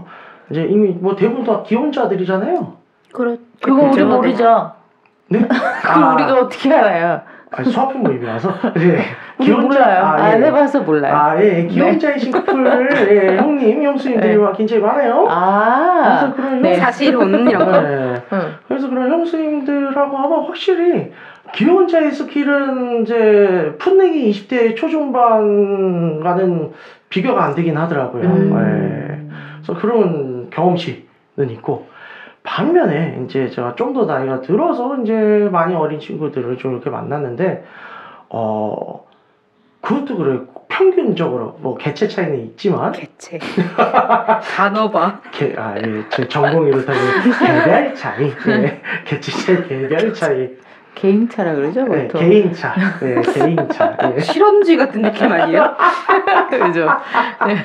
[SPEAKER 4] 이제 이미 뭐 대부분 다 기혼자들이잖아요
[SPEAKER 8] 그렇.
[SPEAKER 6] 그거 우리
[SPEAKER 8] 그렇죠.
[SPEAKER 6] 모르죠.
[SPEAKER 4] 네
[SPEAKER 6] 그걸 우리가 어떻게 알아요?
[SPEAKER 4] 아니, 수학부 모임이라서 이제
[SPEAKER 6] 우리 몰라요.
[SPEAKER 4] 아,
[SPEAKER 6] 안
[SPEAKER 4] 예.
[SPEAKER 6] 해봐서 몰라요. 아,
[SPEAKER 4] 아, 예, 기혼자이신 커플 예, 형님, 형수님들이
[SPEAKER 6] 네.
[SPEAKER 4] 막 굉장히 많아요. 그래서 그런
[SPEAKER 6] 네.
[SPEAKER 8] 사실은 이런 거.
[SPEAKER 4] 네.
[SPEAKER 6] 응.
[SPEAKER 4] 그래서 그런 형수님들하고 아마 확실히 기혼자의 스킬은 이제 풋내기 20대 초중반과는 비교가 안 되긴 하더라고요.
[SPEAKER 6] 음.
[SPEAKER 4] 예. 그래서 그런 경험치는 있고 반면에 이제 제가 좀 더 나이가 들어서 이제 많이 어린 친구들을 좀 이렇게 만났는데 어 그것도 그래 평균적으로 뭐 개체 차이는 있지만
[SPEAKER 8] 개체. 단어 봐.
[SPEAKER 4] 아, 개아제 전공이 그렇다고 개별 네. 차이 예, 개체 차이 개별 차이
[SPEAKER 6] 개인차라 그러죠
[SPEAKER 4] 네,
[SPEAKER 6] 보통.
[SPEAKER 4] 개인차. 네, 개인차. 예.
[SPEAKER 8] 실험지 같은 느낌 아니에요?
[SPEAKER 6] 그죠. 네,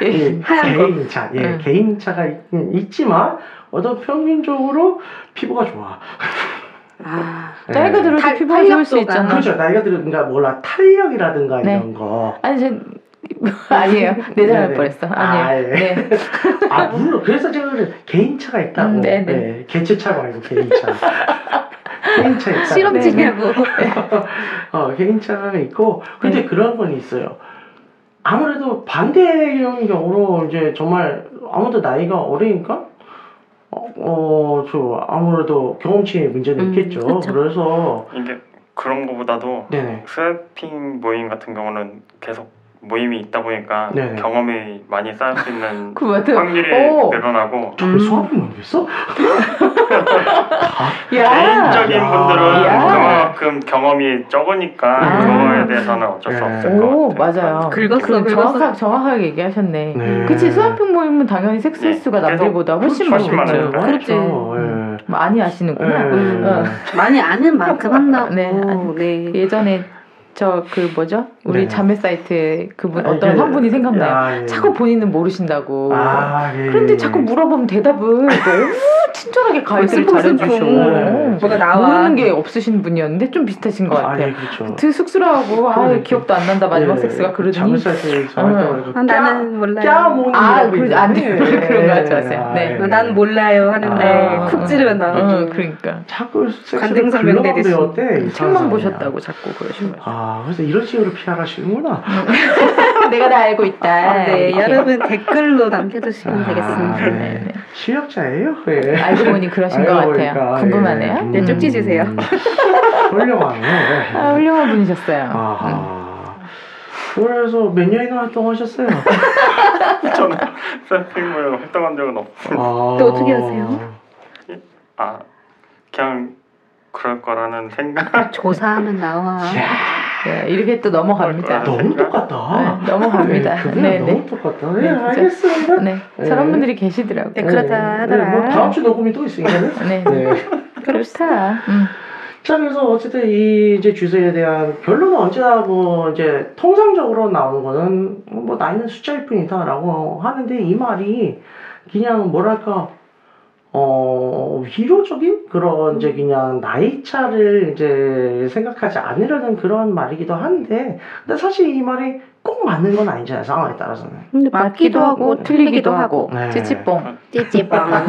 [SPEAKER 6] 개인.
[SPEAKER 4] 예,
[SPEAKER 8] 하얀 거.
[SPEAKER 4] 개인차. 예,
[SPEAKER 6] 응.
[SPEAKER 4] 개인차가 있, 있지만 어떤 평균적으로 피부가 좋아.
[SPEAKER 8] 아,
[SPEAKER 6] 나이가
[SPEAKER 4] 예.
[SPEAKER 6] 들어도
[SPEAKER 8] 탄-
[SPEAKER 6] 피부가 좋을 수
[SPEAKER 8] 탄력도가.
[SPEAKER 6] 있잖아.
[SPEAKER 4] 그렇죠. 나이가 들으니까 몰라 탄력이라든가
[SPEAKER 6] 네.
[SPEAKER 4] 이런 거.
[SPEAKER 6] 아니 저 아니에요. 내달할
[SPEAKER 4] 네네.
[SPEAKER 6] 뻔했어.
[SPEAKER 4] 아,
[SPEAKER 6] 아니에요.
[SPEAKER 4] 예.
[SPEAKER 6] 네.
[SPEAKER 4] 아 물론 그래서 제가 그래요. 개인차가 있다고.
[SPEAKER 6] 음, 네네.
[SPEAKER 4] 네, 개체차 말고 개인차. 개인차 있다. 음,
[SPEAKER 8] 실험지냐고.
[SPEAKER 4] 어, 개인차가 있고 근데
[SPEAKER 6] 네.
[SPEAKER 4] 그런 건 있어요. 아무래도 반대의 경우로 이제 정말 아무도 나이가 어리니까 어 저 아무래도 경험치의 문제는
[SPEAKER 8] 음,
[SPEAKER 4] 있겠죠.
[SPEAKER 6] 그렇죠.
[SPEAKER 8] 그쵸.
[SPEAKER 4] 그래서
[SPEAKER 7] 이게 그런 거보다도
[SPEAKER 4] 네네
[SPEAKER 7] 스웨핑 모임 같은 경우는 계속 모임이 있다 보니까
[SPEAKER 4] 네.
[SPEAKER 7] 경험이 많이 쌓일 수 있는
[SPEAKER 6] 그 같아.
[SPEAKER 7] 확률이
[SPEAKER 6] 오.
[SPEAKER 7] 늘어나고
[SPEAKER 4] 저기 수업이 뭐였어?
[SPEAKER 6] 음. 야.
[SPEAKER 7] 개인적인
[SPEAKER 4] 야.
[SPEAKER 7] 분들은
[SPEAKER 6] 야.
[SPEAKER 7] 그만큼 경험이 적으니까
[SPEAKER 6] 아.
[SPEAKER 7] 그거에 대해서는 어쩔 수
[SPEAKER 4] 네.
[SPEAKER 7] 없을
[SPEAKER 6] 오
[SPEAKER 7] 것 같아요.
[SPEAKER 6] 맞아요.
[SPEAKER 8] 긁었어,
[SPEAKER 6] 그럼
[SPEAKER 8] 긁었어.
[SPEAKER 6] 정확하, 정확하게 얘기하셨네.
[SPEAKER 4] 네.
[SPEAKER 6] 그치 수화평 모임은 당연히 섹스
[SPEAKER 7] 네.
[SPEAKER 6] 횟수가
[SPEAKER 7] 계속
[SPEAKER 6] 남들보다 훨씬
[SPEAKER 7] 훨씬
[SPEAKER 6] 많겠죠.
[SPEAKER 7] 많으니까.
[SPEAKER 4] 그렇죠.
[SPEAKER 6] 음. 많이 아시는구나.
[SPEAKER 4] 예.
[SPEAKER 6] 어.
[SPEAKER 8] 많이 아는 만큼 한다고.
[SPEAKER 6] 네,
[SPEAKER 8] 네.
[SPEAKER 6] 아니, 예전에 저 그 뭐죠? 우리
[SPEAKER 4] 네.
[SPEAKER 6] 자매 사이트에 그분
[SPEAKER 4] 아,
[SPEAKER 6] 어떤
[SPEAKER 4] 이게-
[SPEAKER 6] 한 분이 생각나요.
[SPEAKER 4] 아, 예.
[SPEAKER 6] 자꾸 본인은 모르신다고.
[SPEAKER 4] 아, 예.
[SPEAKER 6] 그런데 자꾸 물어보면 대답을 너무 친절하게 가이드를
[SPEAKER 8] 슬픔,
[SPEAKER 6] 잘해주셔.
[SPEAKER 8] 슬픔.
[SPEAKER 6] 어.
[SPEAKER 8] 뭐가 나와.
[SPEAKER 6] 모르는 게 없으신 분이었는데 좀 비슷하신 것
[SPEAKER 4] 예. 아,
[SPEAKER 6] 같아요.
[SPEAKER 4] 예, 그렇죠.
[SPEAKER 6] 되 쑥스러워하고 아
[SPEAKER 4] 그러니까.
[SPEAKER 6] 기억도 안 난다 마지막 섹스가 그러더니 음.
[SPEAKER 4] 잠을 살때
[SPEAKER 8] 아, 나는 몰라요.
[SPEAKER 4] 짜모니
[SPEAKER 6] 아, 그러지 않아요. 그런 거 하지 마세요. 네.
[SPEAKER 8] 난 몰라요 하는데
[SPEAKER 4] 아.
[SPEAKER 8] 쿡 찌르면
[SPEAKER 6] 어,
[SPEAKER 8] 나오고.
[SPEAKER 6] 그러니까
[SPEAKER 4] 자꾸 섹스를
[SPEAKER 8] 관등성
[SPEAKER 4] 글로벌
[SPEAKER 8] 명대
[SPEAKER 4] 배웠대. 이
[SPEAKER 6] 책만
[SPEAKER 4] 사람이.
[SPEAKER 6] 보셨다고 자꾸 그러신 아, 거예요.
[SPEAKER 4] 아, 그래서 이런 식으로 피하시는구나.
[SPEAKER 6] 내가 다 알고 있다.
[SPEAKER 8] 네,
[SPEAKER 6] 이렇게.
[SPEAKER 8] 여러분 댓글로 남겨주시면
[SPEAKER 4] 아,
[SPEAKER 8] 되겠습니다.
[SPEAKER 4] 네.
[SPEAKER 6] 네, 네.
[SPEAKER 4] 실력자예요? 예.
[SPEAKER 6] 알고 보니 그러신 것
[SPEAKER 4] 알고
[SPEAKER 6] 같아요.
[SPEAKER 4] 보니까,
[SPEAKER 6] 궁금하네요.
[SPEAKER 4] 예.
[SPEAKER 8] 네, 쪽지 주세요.
[SPEAKER 4] 음. 훌륭하네요.
[SPEAKER 6] 아, 훌륭한 분이셨어요.
[SPEAKER 4] 아하. 그래서 몇 년이나 활동하셨어요?
[SPEAKER 7] 저는 스웨핑 모임 활동한 적은 없고
[SPEAKER 4] 또
[SPEAKER 8] 또 어떻게 하세요?
[SPEAKER 7] 아 그냥 그럴 거라는 생각
[SPEAKER 8] 아, 조사하면 나와.
[SPEAKER 6] 네, 이렇게 또 넘어갑니다.
[SPEAKER 4] 너무 똑같다.
[SPEAKER 6] 네, 넘어갑니다.
[SPEAKER 4] 네,
[SPEAKER 6] 네,
[SPEAKER 4] 네,
[SPEAKER 6] 네.
[SPEAKER 4] 아. 너무 똑같다. 네,
[SPEAKER 6] 네, 진짜.
[SPEAKER 4] 알겠습니다.
[SPEAKER 6] 네,
[SPEAKER 4] 네.
[SPEAKER 6] 저런 분들이 계시더라고요.
[SPEAKER 8] 네, 그렇다 하더라.
[SPEAKER 4] 뭐 다음 주 녹음이 또 있으니까요.
[SPEAKER 6] 네,
[SPEAKER 4] 네.
[SPEAKER 6] 그렇다. 음.
[SPEAKER 4] 자 그래서 어쨌든 이 이제 주제에 대한 결론은 언제나 뭐 이제 통상적으로 나오는 거는 뭐 나이는 숫자일 뿐이다라고 하는데 이 말이 그냥 뭐랄까 어 위로적인 그런
[SPEAKER 8] 음.
[SPEAKER 4] 이제 그냥 나이 차를 이제 생각하지 않으려는 그런 말이기도 한데 근데 사실 이 말이 꼭 맞는 건 아니잖아요 상황에 따라서는
[SPEAKER 8] 근데 맞기도 하고 틀리기도 하고.
[SPEAKER 4] 네.
[SPEAKER 6] 찌찌뽕.
[SPEAKER 8] 찌찌빵.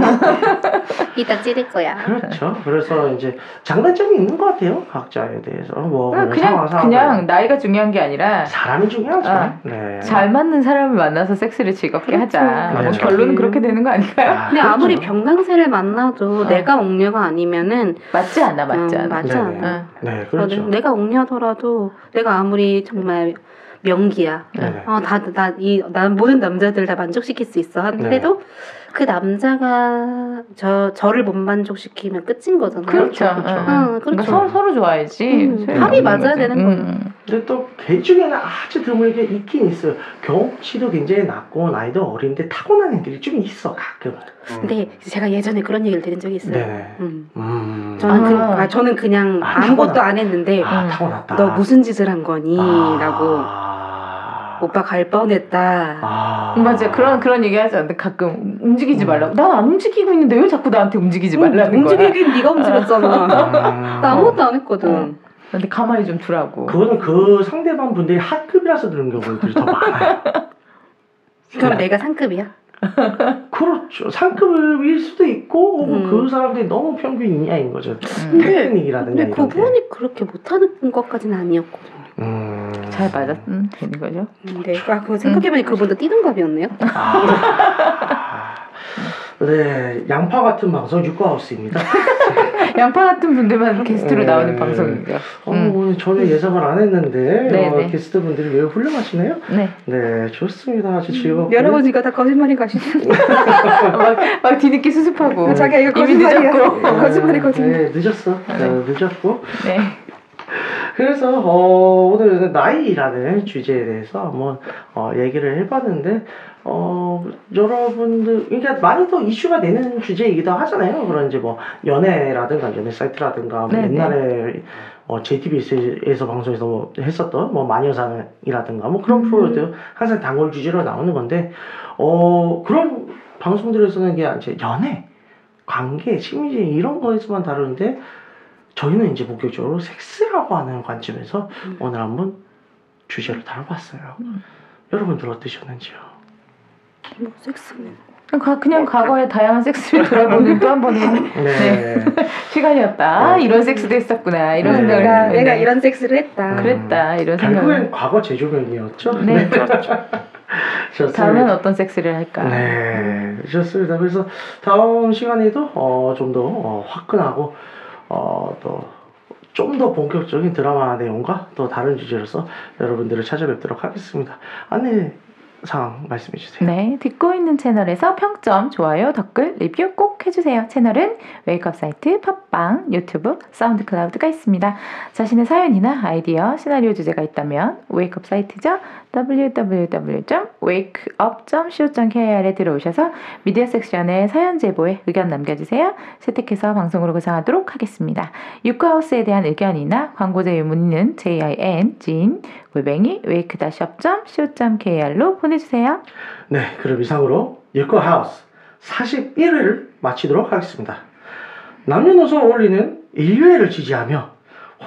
[SPEAKER 8] 이따 찌를 거야.
[SPEAKER 4] 그렇죠 그래서 이제 장단점이 있는 것 같아요 각자에 대해서 뭐
[SPEAKER 6] 아, 그냥
[SPEAKER 4] 상황,
[SPEAKER 6] 그냥,
[SPEAKER 4] 상황.
[SPEAKER 6] 그냥 나이가 중요한 게 아니라
[SPEAKER 4] 사람이 중요하죠.
[SPEAKER 8] 어,
[SPEAKER 6] 아,
[SPEAKER 4] 네.
[SPEAKER 6] 잘 맞는 사람을 만나서 섹스를 즐겁게
[SPEAKER 8] 그렇죠.
[SPEAKER 6] 하자. 뭐
[SPEAKER 4] 그렇죠.
[SPEAKER 6] 결론은 그렇게 되는 거 아닐까요?
[SPEAKER 4] 아,
[SPEAKER 8] 근데
[SPEAKER 4] 그렇죠.
[SPEAKER 8] 아무리 병강세를 만나도
[SPEAKER 6] 어.
[SPEAKER 8] 내가 옥녀가 아니면은
[SPEAKER 6] 맞지 않아, 맞지
[SPEAKER 8] 음,
[SPEAKER 6] 않아.
[SPEAKER 8] 맞지
[SPEAKER 4] 네,
[SPEAKER 8] 않아.
[SPEAKER 6] 응.
[SPEAKER 4] 네, 그렇죠.
[SPEAKER 8] 저는 내가 옥녀더라도 내가 아무리 정말 명기야.
[SPEAKER 4] 네. 네.
[SPEAKER 8] 어, 다, 나, 이, 난 모든 남자들 다 만족시킬 수 있어. 하는데도 그 남자가 저, 저를 못 만족시키면 끝인 거잖아.
[SPEAKER 6] 그렇죠. 응.
[SPEAKER 8] 응,
[SPEAKER 6] 그러니까
[SPEAKER 8] 그렇죠.
[SPEAKER 6] 서로, 서로 좋아야지.
[SPEAKER 8] 음,
[SPEAKER 6] 소용이
[SPEAKER 8] 합이
[SPEAKER 6] 없는
[SPEAKER 8] 맞아야
[SPEAKER 6] 거지.
[SPEAKER 8] 되는
[SPEAKER 6] 음.
[SPEAKER 8] 거예요.
[SPEAKER 4] 근데 또개 중에는 아주 드물게 있긴 있어요. 경험치도 굉장히 낮고 나이도 어린데 타고난 애들이 좀 있어 가끔.
[SPEAKER 6] 음.
[SPEAKER 8] 근데 제가 예전에 그런 얘기를 들은 적이 있어요.
[SPEAKER 4] 네.
[SPEAKER 8] 음.
[SPEAKER 4] 음.
[SPEAKER 8] 저는, 그,
[SPEAKER 6] 아.
[SPEAKER 8] 아, 저는 그냥
[SPEAKER 4] 아,
[SPEAKER 8] 아, 무것도
[SPEAKER 4] 타고나.
[SPEAKER 8] 안 했는데
[SPEAKER 4] 아,
[SPEAKER 6] 음.
[SPEAKER 4] 타고났다.
[SPEAKER 8] 너 무슨 짓을 한 거니?
[SPEAKER 4] 아.
[SPEAKER 8] 라고
[SPEAKER 4] 아.
[SPEAKER 8] 오빠 갈 뻔했다.
[SPEAKER 4] 아.
[SPEAKER 8] 음,
[SPEAKER 6] 맞아 그런 그런 얘기 하지 않는데 가끔 움직이지 말라고 난 안 움직이고 있는데 왜 자꾸 나한테 움직이지 말라는 거야
[SPEAKER 8] 음, 움직이긴 네가 움직였잖아.
[SPEAKER 4] 음.
[SPEAKER 8] 나 아무것도 안 했거든.
[SPEAKER 6] 근데 가만히 좀 두라고
[SPEAKER 4] 그거는 그 상대방 분들이 학급이라서 그런 경우들이 더 많아요.
[SPEAKER 8] 그럼 내가 상급이야?
[SPEAKER 4] 그렇죠. 상급일 수도 있고 혹은
[SPEAKER 8] 음.
[SPEAKER 4] 그 사람들이 너무 평균 이하인 거죠.
[SPEAKER 6] 음.
[SPEAKER 4] 테크닉이라든가
[SPEAKER 8] 근데
[SPEAKER 4] 이런 게.
[SPEAKER 8] 네, 그분이 그렇게 못하는 것까지는 아니었거든.
[SPEAKER 4] 음.
[SPEAKER 6] 잘 맞았으면 되는 거죠
[SPEAKER 8] 근데 아 그거 생각해보니 그분도 띠동갑이었네요.
[SPEAKER 4] 아. 네, 양파 같은 방송 육과하우스입니다.
[SPEAKER 6] 양파 같은 분들만 게스트로
[SPEAKER 4] 음.
[SPEAKER 6] 나오는 방송이죠
[SPEAKER 4] 어,
[SPEAKER 6] 음.
[SPEAKER 4] 오늘 전혀 예상을 안 했는데
[SPEAKER 6] 네,
[SPEAKER 4] 어,
[SPEAKER 6] 네.
[SPEAKER 4] 게스트분들이 매우 훌륭하시네요.
[SPEAKER 6] 네.
[SPEAKER 4] 네, 좋습니다. 아주
[SPEAKER 6] 어.
[SPEAKER 4] 즐겁고
[SPEAKER 8] 음, 여러분 이거 다 거짓말인 거 아시죠?
[SPEAKER 6] 막, 막 뒤늦게 수습하고
[SPEAKER 8] 자기가 이거
[SPEAKER 6] 이미
[SPEAKER 8] 거짓말이야.
[SPEAKER 6] 늦었고
[SPEAKER 8] 거짓말이 거짓말.
[SPEAKER 4] 네, 늦었어.
[SPEAKER 6] 네.
[SPEAKER 4] 어, 늦었고.
[SPEAKER 6] 네.
[SPEAKER 4] 그래서 어, 오늘 나이라는 주제에 대해서 한번 어, 얘기를 해봤는데 어, 여러분들, 그러니까 많이 더 이슈가 되는 주제이기도 하잖아요. 그런 이제 뭐, 연애라든가, 연애 사이트라든가, 뭐
[SPEAKER 6] 네, 네.
[SPEAKER 4] 옛날에 어, JTBC에서 방송에서 뭐 했었던 뭐, 마녀상이라든가, 뭐 그런
[SPEAKER 6] 음.
[SPEAKER 4] 프로들 항상 단골 주제로 나오는 건데, 어, 그런 방송들에서는 이게 이제 연애, 관계, 심리적 이런 거에서만 다루는데, 저희는 이제 본격적으로 섹스라고 하는 관점에서
[SPEAKER 9] 음.
[SPEAKER 4] 오늘 한번 주제를 다뤄봤어요.
[SPEAKER 6] 음.
[SPEAKER 4] 여러분들 어떠셨는지요?
[SPEAKER 9] 뭐 섹스는
[SPEAKER 6] 가- 그냥 과거의 다양한 섹스를 돌아보는 또 한 번의
[SPEAKER 4] 네.
[SPEAKER 6] 시간이었다.
[SPEAKER 4] 네.
[SPEAKER 6] 이런 섹스도 했었구나. 이런
[SPEAKER 4] 네.
[SPEAKER 6] 생각을
[SPEAKER 9] 내가
[SPEAKER 6] 했는데.
[SPEAKER 9] 내가 이런 섹스를 했다.
[SPEAKER 4] 그래.
[SPEAKER 6] 그랬다. 이런 생각을.
[SPEAKER 4] 음. 결국엔 과거 재조명이었죠.
[SPEAKER 6] 네.
[SPEAKER 7] 그렇죠.
[SPEAKER 4] 좋습니다.
[SPEAKER 6] 다음은 어떤 섹스를 할까?
[SPEAKER 4] 네, 좋습니다. 그래서 다음 시간에도 어, 좀 더 화끈하고 어, 또 좀 더 본격적인 드라마 내용과 또 다른 주제로서 여러분들을 찾아뵙도록 하겠습니다. 안내 사항 말씀해 주세요.
[SPEAKER 6] 네, 듣고 있는 채널에서 평점, 좋아요, 댓글, 리뷰 꼭 해주세요. 채널은 웨이크업 사이트, 팟빵, 유튜브, 사운드 클라우드가 있습니다. 자신의 사연이나 아이디어, 시나리오 주제가 있다면 웨이크업 사이트죠. www.wakeup.co.kr에 들어오셔서 미디어 섹션에 사연 제보에 의견 남겨주세요. 채택해서 방송으로 구성하도록 하겠습니다. 유쿠하우스에 대한 의견이나 광고 제휴 문의는 jin, 진, 골뱅이, wake-up.co.kr로 보내주세요.
[SPEAKER 4] 네, 그럼 이상으로 예커 하우스 41회를 마치도록 하겠습니다. 남녀노소 어울리는 인류애를 지지하며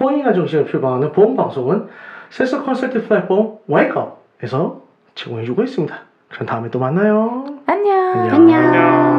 [SPEAKER 4] 호의가 정신을 표방하는 보험 방송은 세서 컨설팅 플랫폼 웨이크업에서 제공해주고 있습니다. 그럼 다음에 또 만나요.
[SPEAKER 6] 안녕.
[SPEAKER 4] 안녕.
[SPEAKER 9] 안녕.
[SPEAKER 7] 안녕.